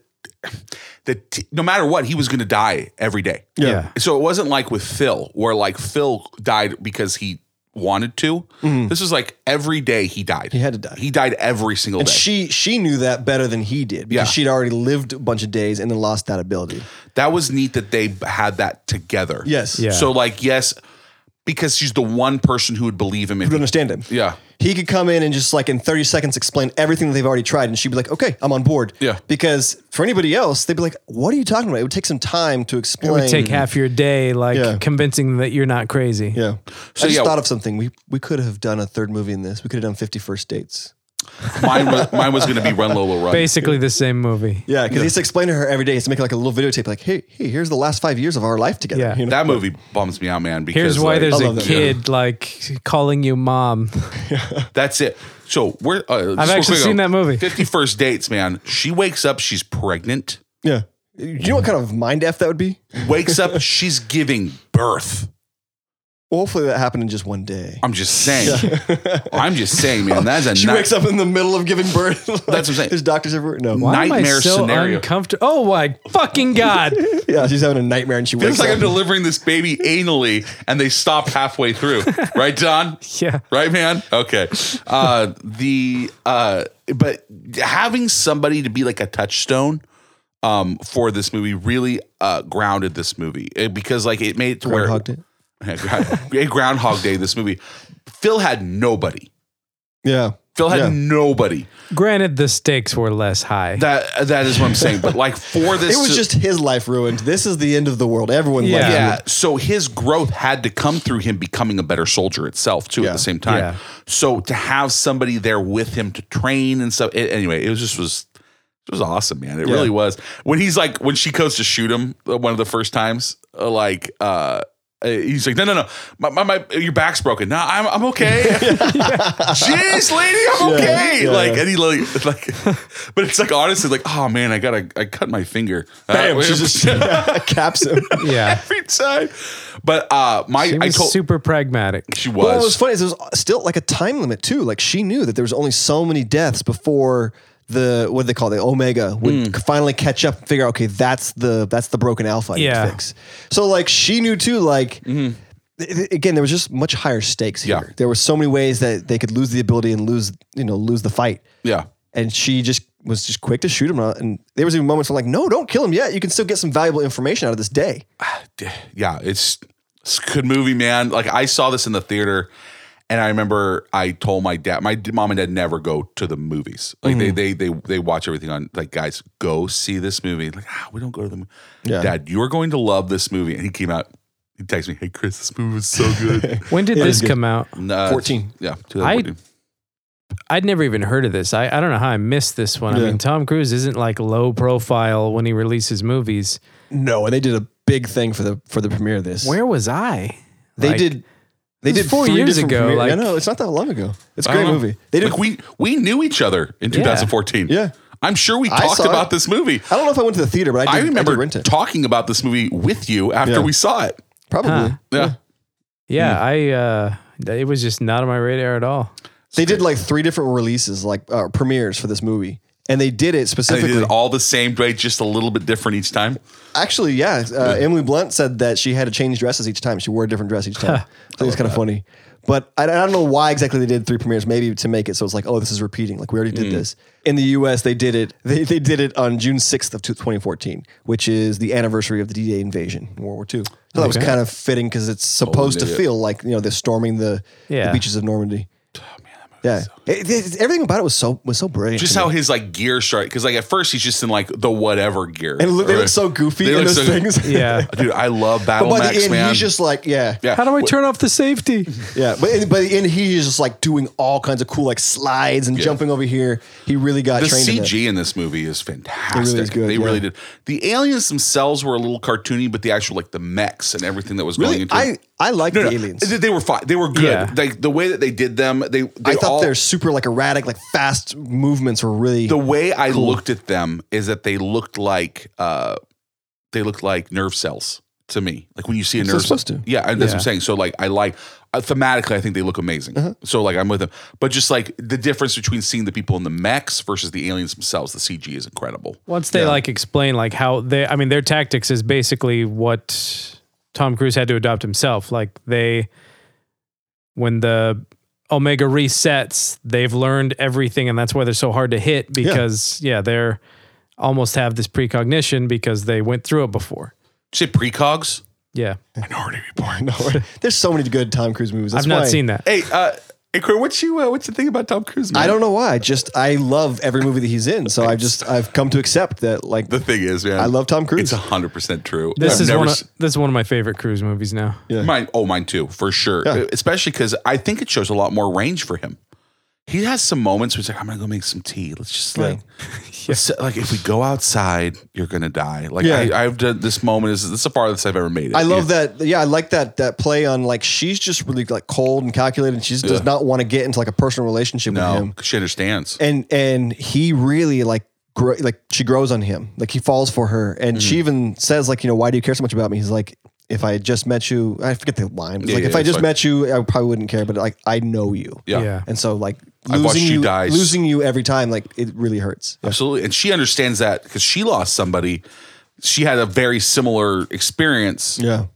the t- no matter what he was going to die every day
Yeah.
so it wasn't like with phil where like phil died because he wanted to this was like every day he died he
Mm-hmm. had to die.
he died every single
And
day
she she knew that better than he did because
Yeah.
she'd already lived a bunch of days and then lost that ability.
that was neat that they had that together
Yes. Yeah.
so like yes because she's the one person who would believe him if
You
he,
understand him.
yeah
he could come in and just like in 30 seconds explain everything that they've already tried and she'd be like okay i'm on board
Yeah.
because for anybody else they'd be like what are you talking about it would take some time to explain
It would take half your day, like
Yeah.
convincing them that you're not crazy.
yeah
So,
i just
yeah.
thought of something we we could have done a third movie in this we could have done 51st dates
mine was, mine was going to be run lola run
Basically the same movie.
yeah because he's explaining to her every day he's making like a little videotape like hey, hey here's the last five years of our life together
Yeah.
you know?
That movie bums me out, man. Because
Here's why
like,
there's
I
a
love that
kid like calling you mom.
that's it. So we're. Uh,
I've actually seen that movie.
Fifty First Dates, man. She wakes up, she's pregnant.
yeah you know what kind of mind f that would be
Wakes up, she's giving birth.
well, hopefully that happened in just one day
I'm just saying. I'm just saying, man. That's a
she
nut-
wakes up in the middle of giving birth that's
what I'm saying.
there's doctors everywhere no
Why am I
Nightmare
so
scenario.
uncomfortable? Oh my fucking God.
yeah she's having a nightmare and she wakes
Feels like I'm
up
delivering this baby anally, and they stop halfway through. Right, Don?
yeah.
Right, man. Okay. Uh, the uh, but having somebody to be like a touchstone um, for this movie really uh, grounded this movie Uh, because like it made it to where
Groundhog Day.
a Groundhog Day. This movie, Phil had nobody.
yeah
Phil had
Yeah.
nobody.
Granted, the stakes were less high.
That that is what I'm saying. But like for this,
It was
to-
just his life ruined. This is the end of the world. Everyone
Yeah.
left.
Yeah.
yeah. So his growth had to come through him becoming a better soldier itself too. At
Yeah.
the same time,
Yeah.
so to have somebody there with him to train and stuff. It, anyway, it was just was it was awesome, man. It
Yeah.
really was. When he's like when she goes to shoot him uh, one of the first times, uh, like. uh uh, He's like, no, no, no. My, my, my your back's broken. No, I'm, I'm okay. Jeez, lady, I'm
Yeah.
okay.
Yeah.
Like, and he like, like, but it's like honestly, like, oh man, I gotta, I cut my finger.
Bam,
Uh,
she just caps him.
yeah.
every time. But uh my
She
I
was
told
super pragmatic.
she was.
Well, what was funny is there was still like a time limit too. Like she knew that there was only so many deaths before the what do they call it? the omega would finally catch up and figure out okay that's the that's the broken alpha I need
Yeah.
to fix. So like she knew too like th- th- again there was just much higher stakes
Yeah.
here. There were so many ways that they could lose the ability and lose you know lose the fight.
yeah.
and she just was just quick to shoot him. And there was even moments where like, no, don't kill him yet. You can still get some valuable information out of this day.
D- Yeah, it's, it's a good movie, man. Like I saw this in the theater and I remember I told my dad my d- mom and dad never go to the movies. Like
Mm-hmm.
they, they they they watch everything on like guys, go see this movie. Like, ah, we don't go to the movie.
Yeah.
Dad, you're going to love this movie. And he came out, he texted me, Hey Chris, this movie was so good.
When did
Yeah,
this
it's good.
come out?
Nah,
14.
Yeah. 2014.
I'd never even heard of this. I, I don't know how I missed this one. I
Yeah.
mean, Tom Cruise isn't like low profile when he releases movies.
No, and they did a big thing for the for the premiere of this.
Where was I?
they
Like,
did They
This
did
was four
three
years
different
ago,
premiere-
like-
I know it's not that long ago. It's a
I don't
great
know.
movie. They did.
Like we we knew each other in 2014.
Yeah.
I'm sure we
I
talked
saw
about
it.
this movie.
I don't know if I went to the theater, but I
I,
did, I
remember
did rent it.
talking about this movie with you after
Yeah.
we saw it.
Probably.
Huh.
Yeah.
Yeah, I uh th- it was just not on my radar at all.
They did like three different releases, like uh, premieres for this movie, and they did it
They
specifically.
did it all the same way, just a little bit different each time.
Actually, yeah, uh, Emily Blunt said that she had to change dresses each time. She wore a different dress each time. so it was kind of funny. But I, I don't know why exactly they did three premieres. Maybe to make it so it's like, oh, this is repeating. Like we already
Mm.
did this in the U.S. They did it. They, they did it on June sixth of two- 2014, which is the anniversary of the D-Day invasion, in World War II. So that was kind of fitting because it's supposed to
idiot. Oh,
feel like you know they're storming the, the
Yeah.
beaches of Normandy. Yeah, It- it- everything about it was so was so brilliant.
Just
to me.
how his like gear started, because like at first he's just in like the whatever gear,
and look, they look so goofy in those things.
Yeah.
Dude, I love
but
Battle
by
Max,
the end,
man.
he's just like, yeah,
yeah.
How do I turn off the safety?
Yeah, but in, but in he is just like doing all kinds of cool like slides and jumping over here. He really got
the
trained. in it.
CG in this movie is fantastic.
It really is good,
they
yeah.
really did. The aliens themselves were a little cartoony, but the actual like the mechs and everything that was going
Really,
into
I
it.
I like
No,
the
no,
aliens.
They, they were fine. They were good.
Yeah.
Like the way that they did them, they, they
I thought
all,
their super like erratic, like fast movements were really
the way I looked at them is that they looked like uh they looked like nerve cells to me. Like when you see a
They're
nerve cell.
supposed to.
Yeah, Uh-huh. and that's what I'm
Yeah.
saying. So like I like uh, thematically I think they look amazing. So like I'm with them. But just like the difference between seeing the people in the mechs versus the aliens themselves, the CG is incredible.
Once they like explain like how they I mean their tactics is basically what Tom Cruise had to adopt himself. Like they when the Omega resets, they've learned everything and that's why they're so hard to hit because yeah, they're almost have this precognition because they went through it before.
Did you say precogs?
Yeah.
Minority report.
There's so many good Tom Cruise movies. That's
I've not
why-
seen that.
Hey, uh hey, Corey, what you uh, what you think about Tom Cruise? man?
I don't know why. I just I love every movie that he's in. So I just I've come to accept that like
The thing is, man,
I love Tom Cruise.
It's hundred percent true.
This
I've
is
never
one of,
s-
this is one of my favorite cruise movies now.
Yeah.
Mine, oh, mine too, for sure. Uh,
Yeah.
Especially because I think it shows a lot more range for him. He has some moments where he's like, "I'm gonna go make some tea. Let's just like, let's- like if we go outside, you're gonna die." Like
Yeah.
I, I've done this moment is this is the farthest I've ever made it.
I love
Yeah.
that. Yeah, I like that that play on like she's just really like cold and calculated. And she just does
Yeah.
not want to get into like a personal relationship with
No,
him.
'cause she understands.
and and he really like gr- like she grows on him like he falls for her and
Mm-hmm.
she even says like you know why do you care so much about me he's like if i had just met you i forget the line but
Yeah,
like
yeah,
if i
it's
just
fine.
met you i probably wouldn't care but like i know you
yeah.
Yeah.
and so like
I watched
losing
you
you
die.
losing you every time like it really hurts
absolutely. And she understands that because she lost somebody. She had a very similar experience.
yeah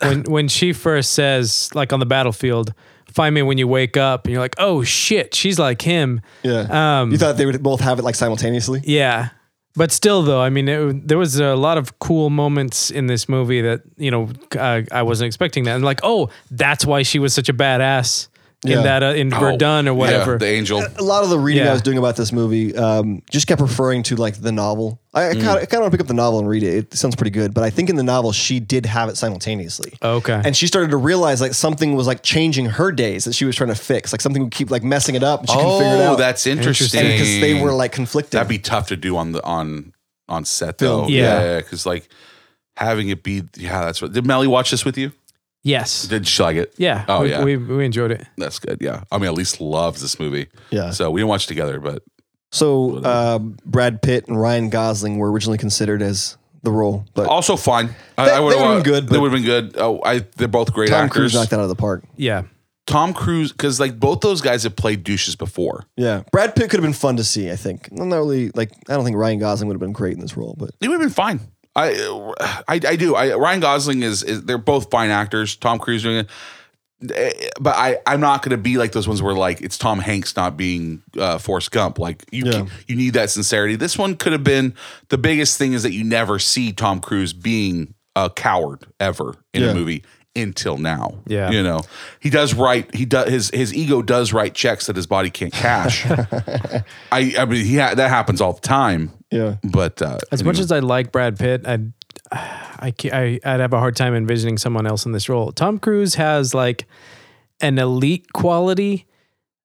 when when she first says like on the battlefield find me when you wake up and you're like oh shit she's like him
yeah
Um,
you thought they would both have it like simultaneously
yeah but still though i mean it, there was a lot of cool moments in this movie that you know uh, i wasn't expecting that and like oh that's why she was such a badass
Yeah.
in that uh, in
Oh,
verdun
yeah,
or whatever
the angel.
a lot of the reading I
Yeah.
was doing about this movie um, just kept referring to like the novel. I, I
Mm.
kind of want to pick up the novel and read it. It sounds pretty good, but I think in the novel she did have it simultaneously.
Okay.
and she started to realize like something was like changing her days that she was trying to fix. Like something would keep like messing it up. And she couldn't figure it
Oh,
out.
that's interesting.
Interesting.
because they were like conflicted.
That'd be tough to do on the on on set though.
Film.
Yeah.
because like having it be yeah, that's what. Did Melly watch this with you?
yes
Did she like it?
yeah
Oh
we,
yeah,
we, we enjoyed it
that's good. Yeah, I mean, at least loves this movie.
Yeah.
So we didn't watch it together, but
so uh, Brad Pitt and Ryan Gosling were originally considered as the role, but
also fine.
They- they would've been
wa-
good,
They
but-
would have been good. Oh, I they're both great
Tom
actors.
Cruise knocked that out of the park.
yeah
Tom Cruise, because like both those guys have played douches before.
Yeah, Brad Pitt could have been fun to see. I think I'm not really like I don't think Ryan Gosling would have been great in this role, but
They would have been fine. I, I, I do. I, Ryan Gosling is, is. They're both fine actors. Tom Cruise doing it, Eh, but I, I'm not going to be like those ones where like it's Tom Hanks not being uh, Forrest Gump. Like you,
Yeah.
you need that sincerity. This one could have been. The biggest thing is that you never see Tom Cruise being a coward ever in
Yeah.
a movie until now.
Yeah.
you know, he does write. He does his his ego does write checks that his body can't cash. I, I mean, he ha- that happens all the time.
yeah,
But uh,
as much as i like brad pitt i'd I, ca- I i'd have a hard time envisioning someone else in this role tom cruise has like an elite quality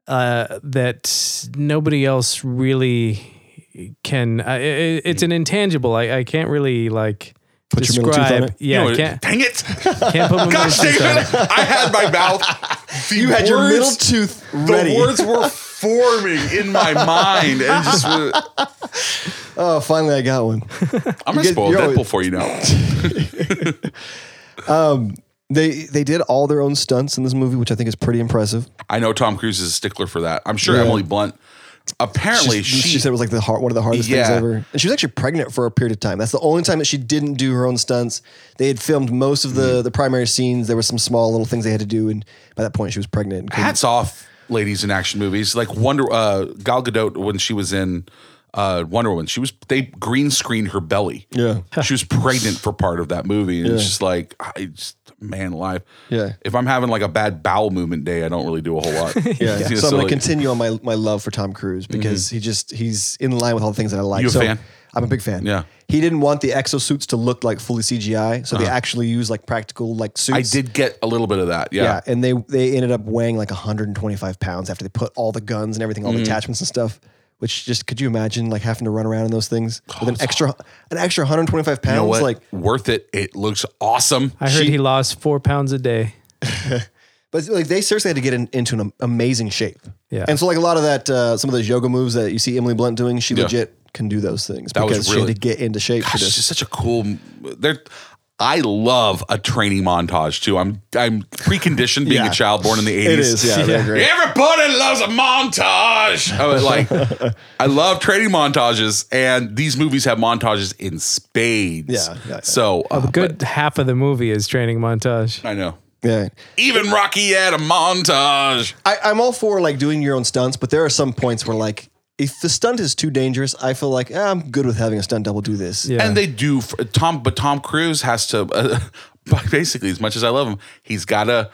uh, that nobody else really can. Uh, it, it's an intangible. I, I can't really like
Put your middle tooth on
describe.
it.
Yeah,
You know,
can't, uh,
dang it!
can't put my middle
Gosh dang
tooth on it.
it! I had my mouth. The
You had your middle
words-
tooth
The
ready.
words were forming in my mind, and just were-
Oh, finally I got one.
I'm gonna
get-
spoil
you're
Deadpool
always-
for you now.
They they did all their own stunts in this movie, which I think is pretty impressive.
I know Tom Cruise is a stickler for that. I'm sure
Yeah.
Emily Blunt. Apparently,
she,
she,
she said it was like the hard, one of the hardest
Yeah.
things ever. And she was actually pregnant for a period of time. That's the only time that she didn't do her own stunts. They had filmed most of
Mm.
the the primary scenes. There were some small little things they had to do, and by that point she was pregnant. And couldn't-
hats off, ladies in action movies. Like Wonder uh, Gal Gadot when she was in uh, Wonder Woman, she was they green screened her belly.
Yeah.
she was pregnant for part of that movie, and it's just like I just man alive.
Yeah.
if I'm having like a bad bowel movement day, I don't really do a whole lot.
yeah.
You know,
So I'm going
like-
to continue on my, my love for Tom Cruise because he just he's in line with all the things that I like.
Mm-hmm. You a
so
fan?
I'm a big fan.
Yeah.
He didn't want the exosuits to look like fully CGI, so they actually use like practical like
Uh-huh. I
suits.
did get a little bit of that. Yeah,
Yeah, and they they ended up weighing like 125 pounds after they put all the guns and everything, all
Mm-hmm.
the attachments and stuff. Which just could you imagine like having to run around in those things with an extra an extra 125 pounds?
you know what?
Like,
worth it. It looks awesome.
I heard he lost four pounds a day.
but like they seriously had to get in, into an amazing shape.
Yeah.
and so like a lot of that, uh, some of those yoga moves that you see Emily Blunt doing, she legit can do those things
That was
because she
really-
had to get into shape for
Gosh, it's
this.
just such a cool. There, I love a training montage too. I'm I'm preconditioned being
Yeah.
a child born in the 80s.
It is, yeah, they're great.
Everybody loves a montage. I was like, I love training montages, and these movies have montages in spades.
Yeah, yeah, yeah.
So uh,
A good half of the movie is training montage.
I know.
Yeah,
Even Rocky had a montage.
I, I'm all for like doing your own stunts, but there are some points where like if the stunt is too dangerous, I feel like eh, I'm good with having a stunt double do this.
Yeah.
And they do f- Tom, but Tom Cruise has to uh, basically, as much as I love him, he's got to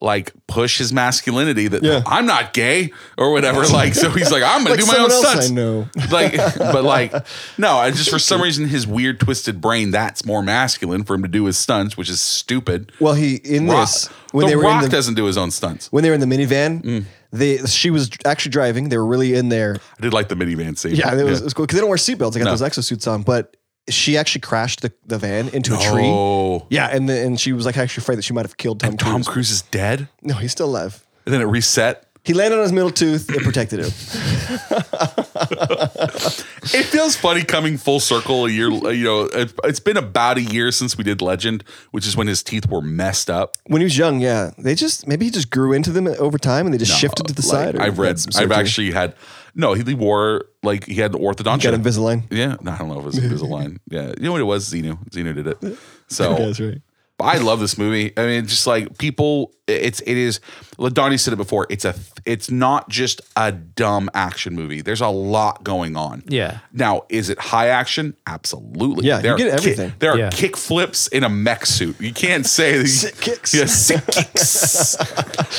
like push his masculinity that
Yeah.
I'm not gay or whatever. Like, so he's like, I'm gonna
Like
do my own
someone else I
stunts.
know.
Like, but like, no, I just for some reason his weird twisted brain that's more masculine for him to do his stunts, which is stupid.
Well, he in
Rock,
this when
the
they were
Rock Mm.
in the,
doesn't do his own stunts.
when they were in the minivan, they she was actually driving. They were really in there.
I did like the minivan scene.
Yeah, it was, it was cool because they don't wear seatbelts. They got
No.
those exosuits on, but she actually crashed the, the van into a tree.
Oh,
Yeah, and the, and she was like actually afraid that she might have killed Tom,
Tom
Cruise.
Cruise is dead,
No, he's still alive.
and then it reset.
He landed on his middle tooth. It protected him.
It feels funny coming full circle a year. You know, it, it's been about a year since we did Legend, which is when his teeth were messed up.
when he was young, yeah, they just maybe he just grew into them over time and they just shifted to the side.
Like,
or
I've read.
had some
I've
surgery.
actually had. No, he wore like he had orthodontia.
got Invisalign.
Yeah, no, I don't know if it was Invisalign. yeah, you know what it was? Xenu. Xenu did it. So
Yeah, that's right.
But I love this movie. I mean, just like people, it's it is. Donnie said it before. It's a it's not just a dumb action movie. There's a lot going on.
Yeah.
Now, is it high action? Absolutely.
Yeah, you
are
get
ki-
everything.
there are
Yeah.
kick flips in a mech suit. You can't say that
Sick kicks.
Yeah, sick kicks.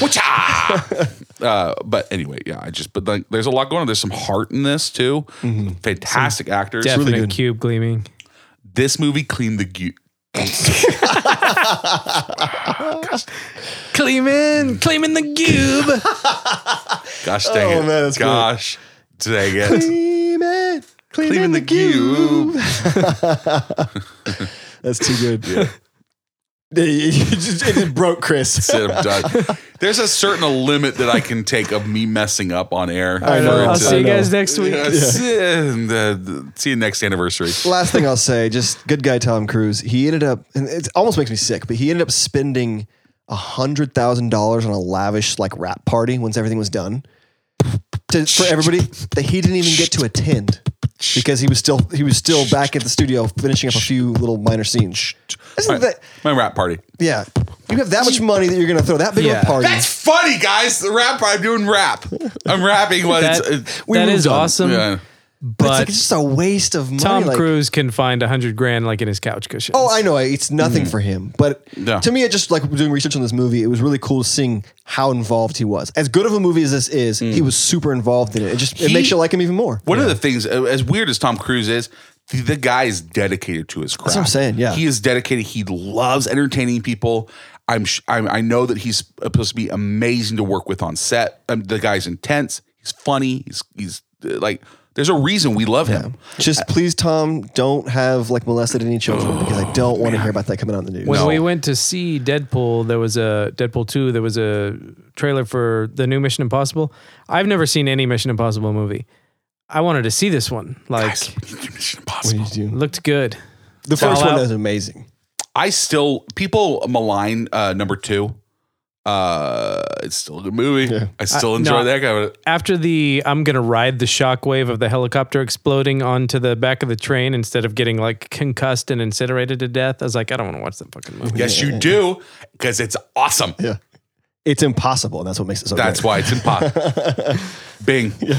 Wacha! Uh, but anyway, yeah, I just but like, there's a lot going on. There's some heart in this too. Fantastic actors.
Definite
Mm-hmm. good.
cube gleaming.
This movie cleaned the gu-
Gleaming, gleaming the cube.
Gosh dang
Oh,
it.
man, that's great.
Gosh dang it.
Clean it, clean
Cleaning
in
the cube.
That's too good. it just- it just broke Chris.
Said I'm done. There's a certain limit that I can take of me messing up on air.
I
know,
know. I'll
I
see you
know.
guys next week.
Yes. And, uh, th- see you next anniversary.
Last thing I'll say, just good guy Tom Cruise. He ended up, and it almost makes me sick, but he ended up spending a hundred thousand dollars on a lavish like rap party once everything was done to, for everybody that he didn't even get to attend because he was still he was still back at the studio finishing up a few little minor scenes. Isn't
My,
that
my rap party.
yeah? You have that much money that you're going to throw that big of
Yeah.
a party.
That's funny, guys. The rap. I'm doing rap. I'm rapping. What
That,
it's, uh, it,
that
moved
is
on.
awesome.
yeah.
but it's, like,
But
it's just a waste of money.
Tom
like-
Cruise can find a hundred grand like in his couch cushion.
Oh, I know it's nothing for him, but
Yeah.
to me, it just like doing research on this movie, it was really cool seeing how involved he was. As good of a movie as this is, he
Mm.
was super involved in it. It just it
He-
makes you like him even more.
One of the things, uh, as weird as Tom Cruise is, the, the guy is dedicated to his craft.
what I'm saying, yeah.
he is dedicated. He loves entertaining people. I'm, sh- I'm I know that he's supposed to be amazing to work with on set. Um, the guy's intense. He's funny. He's he's uh, like There's a reason we love him.
Just please, Tom, don't have like molested any children because I don't want to hear about that coming out in the news.
When
No.
we went to see Deadpool, there was a Deadpool 2, there was a trailer for the new Mission Impossible. I've never seen any Mission Impossible movie. I wanted to see this one. Like
Guys, we need to do Mission
What
Impossible.
do you do?
looked good.
The first
Fallout.
one is amazing.
I still people malign uh, number two. Uh, it's still a good movie. I still enjoy
no.
that guy.
After the I'm going to ride the shockwave of the helicopter exploding onto the back of the train instead of getting like concussed and incinerated to death, I was like I don't want to watch that fucking movie.
Yes, you do, because it's awesome.
Yeah, it's impossible, and that's what makes it so.
That's why it's in pot. Bing,
Bing.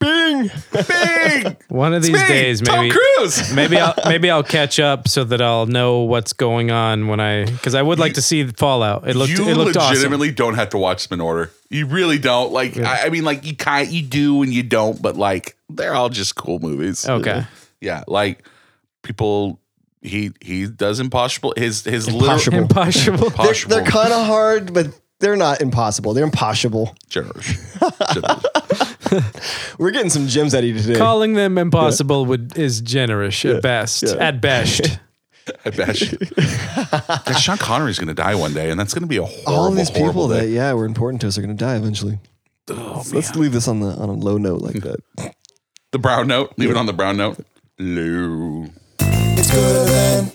Bing.
One of these
Bing!
days
Tom
maybe
Cruise.
maybe I'll maybe I'll catch up so that I'll know what's going on when I cuz I would like to see Fallout. It looked
you
it looked awesome.
legitimately don't have to watch them in order. You really don't. Like, I, I mean, like you kind, you do and you don't, but like they're all just cool movies.
Okay.
Yeah, like people. He he does impossible. His his little-
Impossible.
Impossible.
They're,
Impossible.
they're kind of hard, but they're not impossible. They're impossible.
George.
We're getting some gems out of you today.
Calling them impossible would is generous at best. At best.
I bet you. Yeah, Sean Connery's going to die one day, and that's going to be a horrible,
all these people
horrible
that
day. Oh,
yeah were important to us are going to die eventually. So let's leave this on the on a low note like that.
The brown note. Leave it on the brown note. Lou.
It's gooder than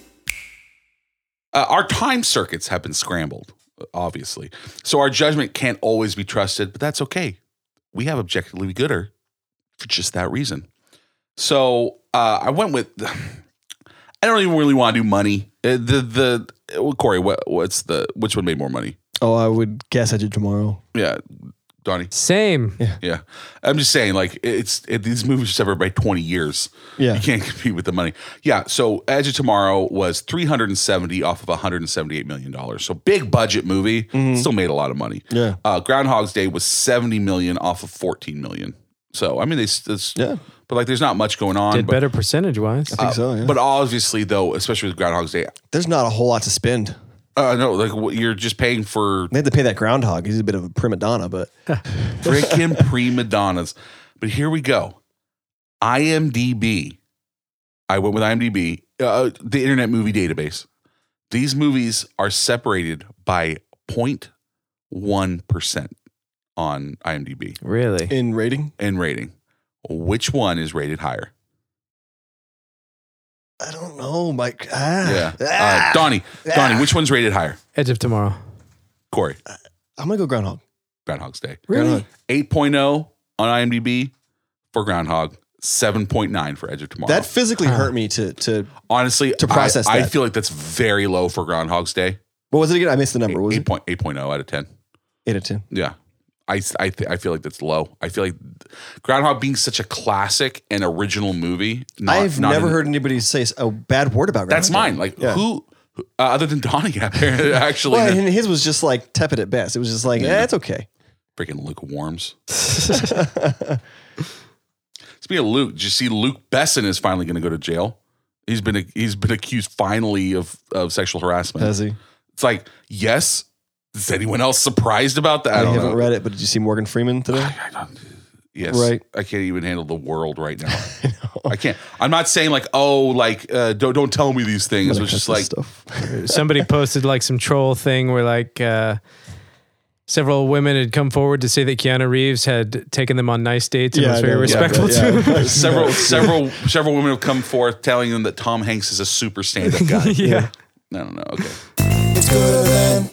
Uh, our time circuits have been scrambled, obviously. So our judgment can't always be trusted, but that's okay. We have objectively gooder for just that reason. So uh, I went with. I don't even really want to do money. Uh, the the well, Corey, what, what's the which one made more money?
Oh, I would guess I did tomorrow.
Yeah, Donnie.
Same.
Yeah, I'm just saying, like it's it, these movies are severed by 20 years.
Yeah.
you can't compete with the money. Yeah, so Edge of Tomorrow was 370 off of 178 million dollars. So big budget movie, still made a lot of money.
Mm-hmm. Yeah.
uh, Groundhog's Day was 70 million off of 14 million. So I mean, they s- it's,
Yeah.
but like there's not much going on.
Did
but, Uh,
better percentage wise.
Uh, I think so. Yeah.
but obviously though, especially with Groundhog's Day,
There's not a whole lot to spend.
uh, no, like what- you're just paying for
They had to pay that groundhog. He's a bit of a prima donna, but
freaking prima donnas. But here we go. IMDb. I went with IMDb, uh, the Internet Movie Database. These movies are separated by 0.1% on IMDb
Really?
in rating,
in rating. Which one is rated higher?
I don't know, Mike. Ah,
Yeah.
Ah.
Uh, Donnie, Donnie, which one's rated higher?
Edge of tomorrow.
Corey,
I'm gonna go groundhog.
Groundhog's Day.
Really?
8.0 on IMDb for Groundhog, 7.9 for Edge of Tomorrow.
That physically
Ah.
hurt me to to
Honestly,
to process
I, I
that.
feel like that's very low for Groundhog's Day.
what was it again? I missed the number. What was
Eight
it
point eight point zero out of ten.
eight of ten?
Yeah, I I th- I feel like that's low. I feel like Groundhog being such a classic and original movie. not-
I've
not
never
an-
heard anybody say a bad word about
That's
groundhog.
mine. Like
Yeah.
who who- uh, other than Donnie apparently actually
Well, and his was just like tepid at best. It was just like, eh, it's okay.
freaking Luke Worms. Speaking of Luke, did you see Luke Besson is finally going to go to jail? He's been he's been accused finally of of sexual harassment.
Has he?
It's like yes. Is anyone else surprised about that?
I,
I don't
haven't
know.
read it, but did you see Morgan Freeman today?
Yes.
Right.
I can't even handle the world right now. I can't. I'm not saying like, oh, like uh, don't don't tell me these things. It was just like
stuff.
Somebody posted like some troll thing where like uh, several women had come forward to say that Keanu Reeves had taken them on nice dates and was very respectful to him.
several several several women have come forth telling them that Tom Hanks is a super stand up guy.
yeah.
I don't know. Okay.
it's gooder than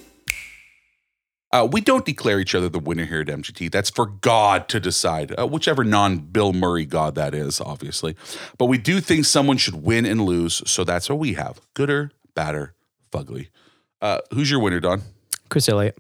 Uh, we don't declare each other the winner here at MGT. That's for God to decide, uh, whichever non Bill Murray God that is, obviously. But we do think someone should win and lose. So that's what we have gooder, badder, fugly. Uh, who's your winner, Don?
Chris Elliott.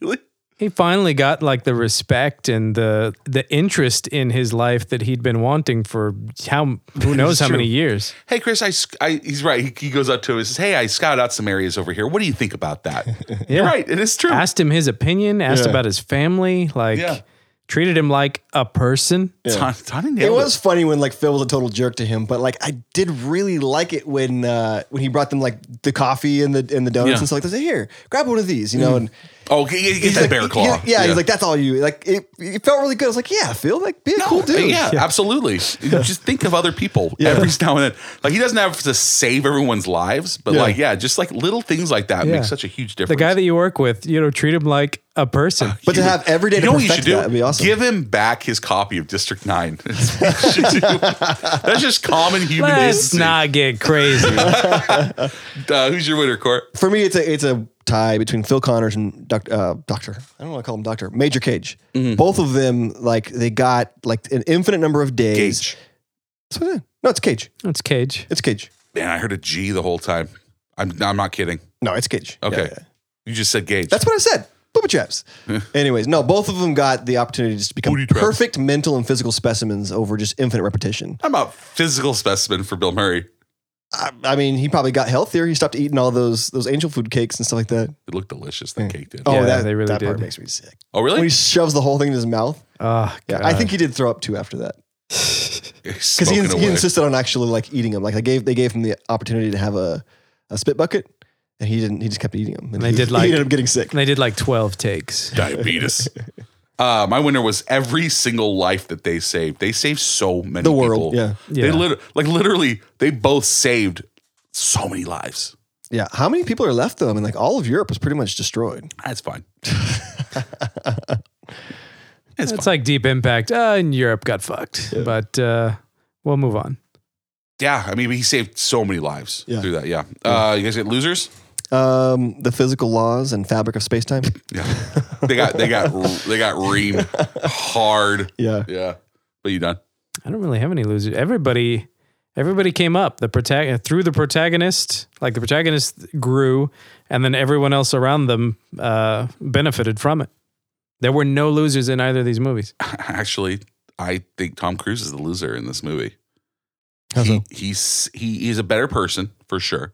Really?
He finally got like the respect and the the interest in his life that he'd been wanting for how who knows how
true.
many years.
Hey, Chris, I, sc- I he's right. He, he goes up to him and says, Hey, I scouted out some areas over here. What do you think about that? You're right. And it's true.
Asked him his opinion, asked
Yeah.
about his family, like
Yeah.
treated him like a person.
Don, Donnie
It
nailed
was funny when like Phil was a total jerk to him, but like I did really like it when uh when he brought them like the coffee and the and the donuts
Yeah.
and stuff like this. Hey, here, grab one of these, you know, and
Oh, get, get
He's
that
like,
bear claw.
Yeah, yeah, he's like, that's all you. Like, it, it felt really good. I was like, yeah, Phil, like, be a cool dude.
Oh, Yeah, absolutely. Just think of other people every now and then. Like he doesn't have to save everyone's lives, but
Yeah.
like yeah, just like little things like that
Yeah.
make such a huge difference.
The guy that you work with, you know, treat him like a person.
But to have every day to perfect that would be awesome.
Give him back his copy of District Nine. That's just common human
Let's
agency.
not get crazy.
Uh, who's your winner, Court?
For me, it's a it's a tie between Phil Connors and doc, uh, Doctor. I don't want to call him Doctor. Major Cage.
Mm-hmm.
Both of them, like, they got like an infinite number of days.
Gage.
That's what I said. No, it's Cage.
That's Cage.
It's Cage.
Man, I heard a G the whole time. I'm I'm not kidding.
No, it's Cage. Yeah,
Okay,
yeah.
you just said Gage.
That's what I said. Booba chaps. Anyways, no, both of them got the opportunity to just become
Booty traps.
perfect mental and physical specimens over just infinite repetition.
I'm a physical specimen for Bill Murray.
I, I mean, he probably got healthier. He stopped eating all those those angel food cakes and stuff like that.
It looked delicious. That cake did.
Oh,
Yeah,
that,
they really
that part
did.
makes me sick.
Oh, really?
When he shoves the whole thing in his mouth.
Oh,
Yeah, I think he did throw up too after that because
because
he, ins- he insisted on actually like eating them. Like they gave they gave him the opportunity to have a, a spit bucket, and he didn't. He just kept eating them, and
they
he,
did,
he
like-
ended up getting sick.
they did like 12 takes.
diabetes. Uh, my winner was every single life that they saved. They saved so many.
The world,
people.
yeah.
They
Yeah.
lit- like literally, they both saved so many lives.
Yeah, how many people are left though? I mean, like all of Europe was pretty much destroyed.
That's fine. it's fine.
It's like Deep Impact. Uh, and Europe got fucked. But uh, we'll move on.
yeah, I mean, he saved so many lives
Yeah.
through that. Yeah. Uh, you guys get losers.
Um, the physical laws and fabric of space time.
Yeah. they got they got they got reamed hard.
Yeah,
Yeah. But you done?
I don't really have any losers. Everybody, everybody came up. The protagonist through the protagonist, like the protagonist grew, and then everyone else around them uh, benefited from it. There were no losers in either of these movies.
Actually, I think Tom Cruise is the loser in this movie.
How so?
he, he's he is a better person for sure.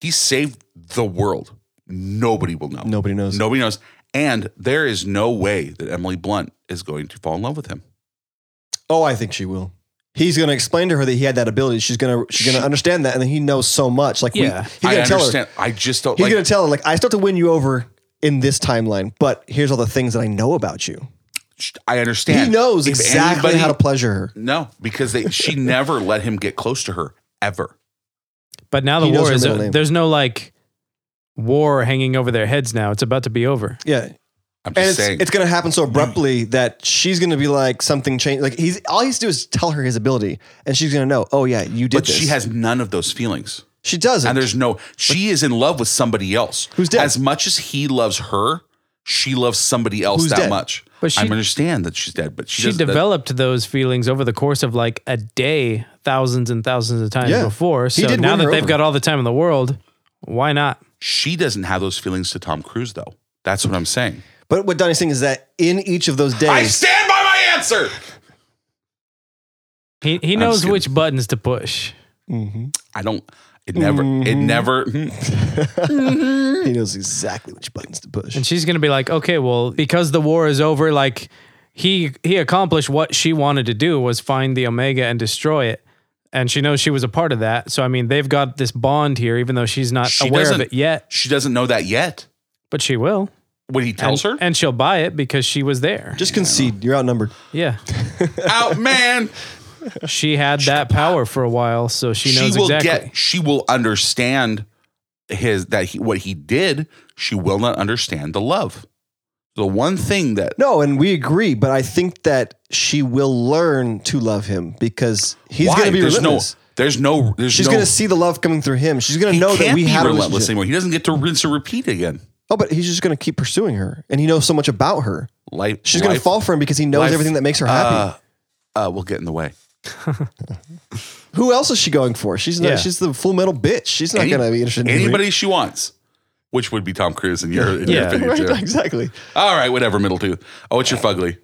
He saved the world. Nobody will know.
nobody knows.
Nobody knows. And there is no way that Emily Blunt is going to fall in love with him.
Oh, I think she will. He's going to explain to her that he had that ability. She's going to she's going
She-
to understand that, and then he knows so much. Like,
Yeah.
we, he's going
I
to tell her.
understand. I just don't
He's
like.
going to tell her like, I still have to win you over in this timeline, but here's all the things that I know about you.
I understand.
He knows
If
exactly
anybody-
how to pleasure her.
No, because they, she never let him get close to her ever.
But now the
He knows
war
her
is.
middle name.
there's no like war hanging over their heads now. It's about to be over.
Yeah,
I'm
and
just
it's
saying. Mm.
it's going to happen so abruptly that she's going to be like something changed. Like he's all he has to do is tell her his ability, and she's going to know. Oh yeah, you did.
but she
this."
has none of those feelings.
She doesn't.
And there's no, she is in love with somebody else.
Who's dead.
As much as he loves her, she loves somebody else
Who's
that
dead.
much.
But she-
I understand that she's dead, but she,
She
doesn't- that-
developed those feelings over the course of like a day, thousands and thousands of times
Yeah.
before.
He
So
did
now
win her
that they've
over.
got all the time in the world, why not?
she doesn't have those feelings to Tom Cruise, though. That's what I'm saying.
but what Donnie's saying is that in each of those days,
I stand by my answer.
He he
I'm
knows
scared.
which buttons to push.
I don't. It never. It
Mhm.
never. hmm,
he knows exactly which buttons to push.
And she's gonna be like, okay, well, because the war is over, like he he accomplished what she wanted to do was find the Omega and destroy it. And she knows she was a part of that. So I mean they've got this bond here, even though she's not
She
aware of
doesn't-
it yet.
She doesn't know that yet.
But she will.
When he tells
and,
her,
And she'll buy it because she was there.
Just concede. You're outnumbered.
yeah.
out man,
She had that power for a while, so she
she
knows
will
exactly.
get. She will understand his that he, what he did. She will not understand the love. The one thing that
No, and we agree, but I think that she will learn to love him because he's
why?
going to be
there's
relentless.
no. There's no. There's
She's
no.
going to see the love coming through him. She's going to
he
know
can't
that we
be
have a
relentless
relationship.
anymore. He doesn't get to rinse and repeat again.
Oh, but he's just going to keep pursuing her, and he knows so much about her.
Life.
She's going to
life-
fall for him because he knows
life-
everything that makes her happy.
Uh, uh, will get in the way.
Who else is she going for? She's not,
Yeah.
she's the full metal bitch. She's not
Any-
going to be interested in
anybody she wants, which would be Tom Cruise in your, in
Yeah.
your
Right,
opinion, too.
exactly.
All right, whatever, middle tooth. Oh, it's your fugly.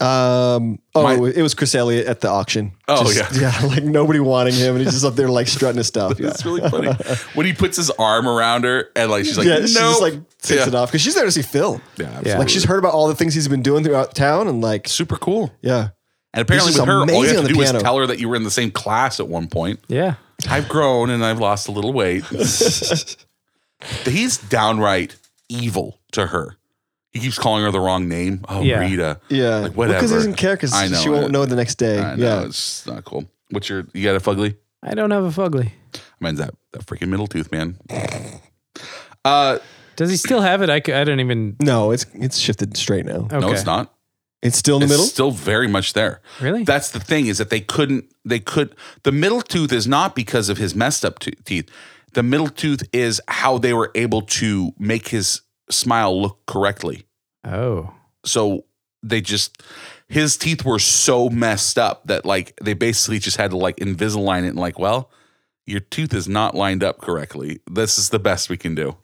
Um, oh,
My-
it was Chris Elliott at the auction.
Oh,
Just- yeah, like nobody wanting him, and he's just up there like strutting his stuff. Yeah.
It's really funny when he puts his arm around her and like she's like,
yeah,
no,
she just like takes
yeah.
it off because she's there to see Phil.
Yeah,
Yeah.
Like she's heard about all the things he's been doing throughout town, and like,
super cool.
yeah,
And apparently
He's
with
just
her, all you
amazing
have to
on the
do
piano.
is tell her that you were in the same class at one point.
yeah.
I've grown and I've lost a little weight. He's downright evil. to her. He keeps calling her the wrong name. Oh,
Yeah.
Rita.
Yeah.
Like, whatever.
Because he doesn't care because
I know
she won't
it.
know the next day.
I know,
yeah.
it's not cool. What's your, you got a fugly?
I don't have a fugly.
I mean, that, that freaking middle tooth, man. Uh,
Does he still have it? I, c- I don't even.
No, it's it's shifted straight now.
Okay.
No, it's not.
It's still in the
It's
middle.
still very much there.
Really?
That's the thing is that they couldn't, they could, the middle tooth is not because of his messed up to- teeth. The middle tooth is how they were able to make his smile look correctly.
oh.
so they just his teeth were so messed up that like they basically just had to like invisalign it and like well your tooth is not lined up correctly this is the best we can do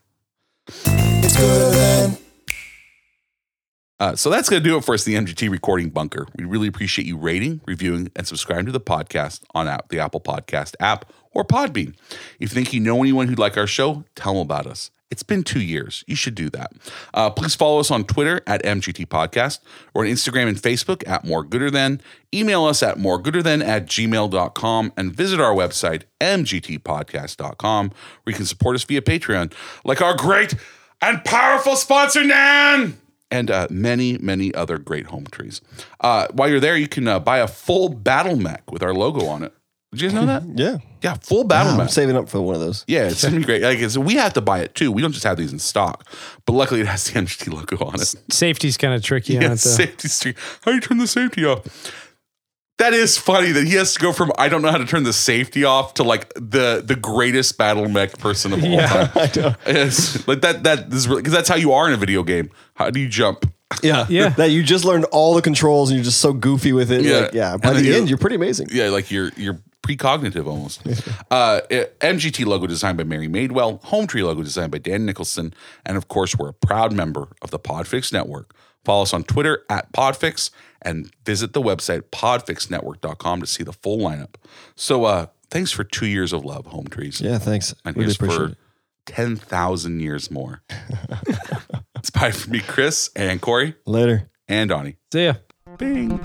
uh, so that's going to do it for us the mgt recording bunker we really appreciate you rating reviewing and subscribing to the podcast on app, the apple podcast app or podbean if you think you know anyone who'd like our show tell them about us it's been two years. You should do that. Uh, please follow us on Twitter at MGT Podcast or on Instagram and Facebook at More Gooder Than. Email us at moregooderthan at gmail.com and visit our website, mgtpodcast.com, where you can support us via Patreon, like our great and powerful sponsor, Nan! And uh, many, many other great home trees. Uh, while you're there, you can uh, buy a full battle mech with our logo on it. Did you guys know that?
yeah. Ah,
Yeah, full battle
I'm
mech.
saving up for one of those.
Yeah, it's gonna be great. Like it's, we have to buy it too. We don't just have these in stock. But luckily, it has the MGT logo on it.
Safety's kind of tricky
Yeah,
on it, though.
safety street. How do you turn the safety off? That is funny that he has to go from I don't know how to turn the safety off to like the the greatest battle mech person of all
Yeah.
time. It's, like that that is really because that's how you are in a video game. How do you jump?
Yeah.
Yeah.
That you just learned all the controls and you're just so goofy with it.
Yeah.
Yeah. Like, yeah. By
And
the
then you-
end, you're pretty amazing.
Yeah, like you're you're precognitive almost. uh, it- MGT logo designed by Mary Madewell, Home Tree logo designed by Dan Nicholson, and of course we're a proud member of the Podfix Network. Follow us on Twitter at Podfix and visit the website podfixnetwork.com to see the full lineup. So uh, thanks for two years of love, Home Trees.
Yeah. Thanks.
And
really
here's
appreciate
for
it.
10,000 years more. it's bye for me, Chris and Corey
Later.
and Donnie.
See ya.
Bing.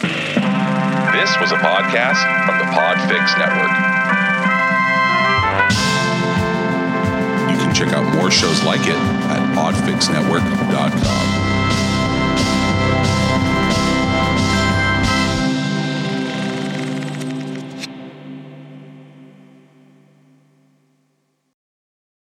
This was a podcast from the Podfix Network. You can check out more shows like it at podfixnetwork.com.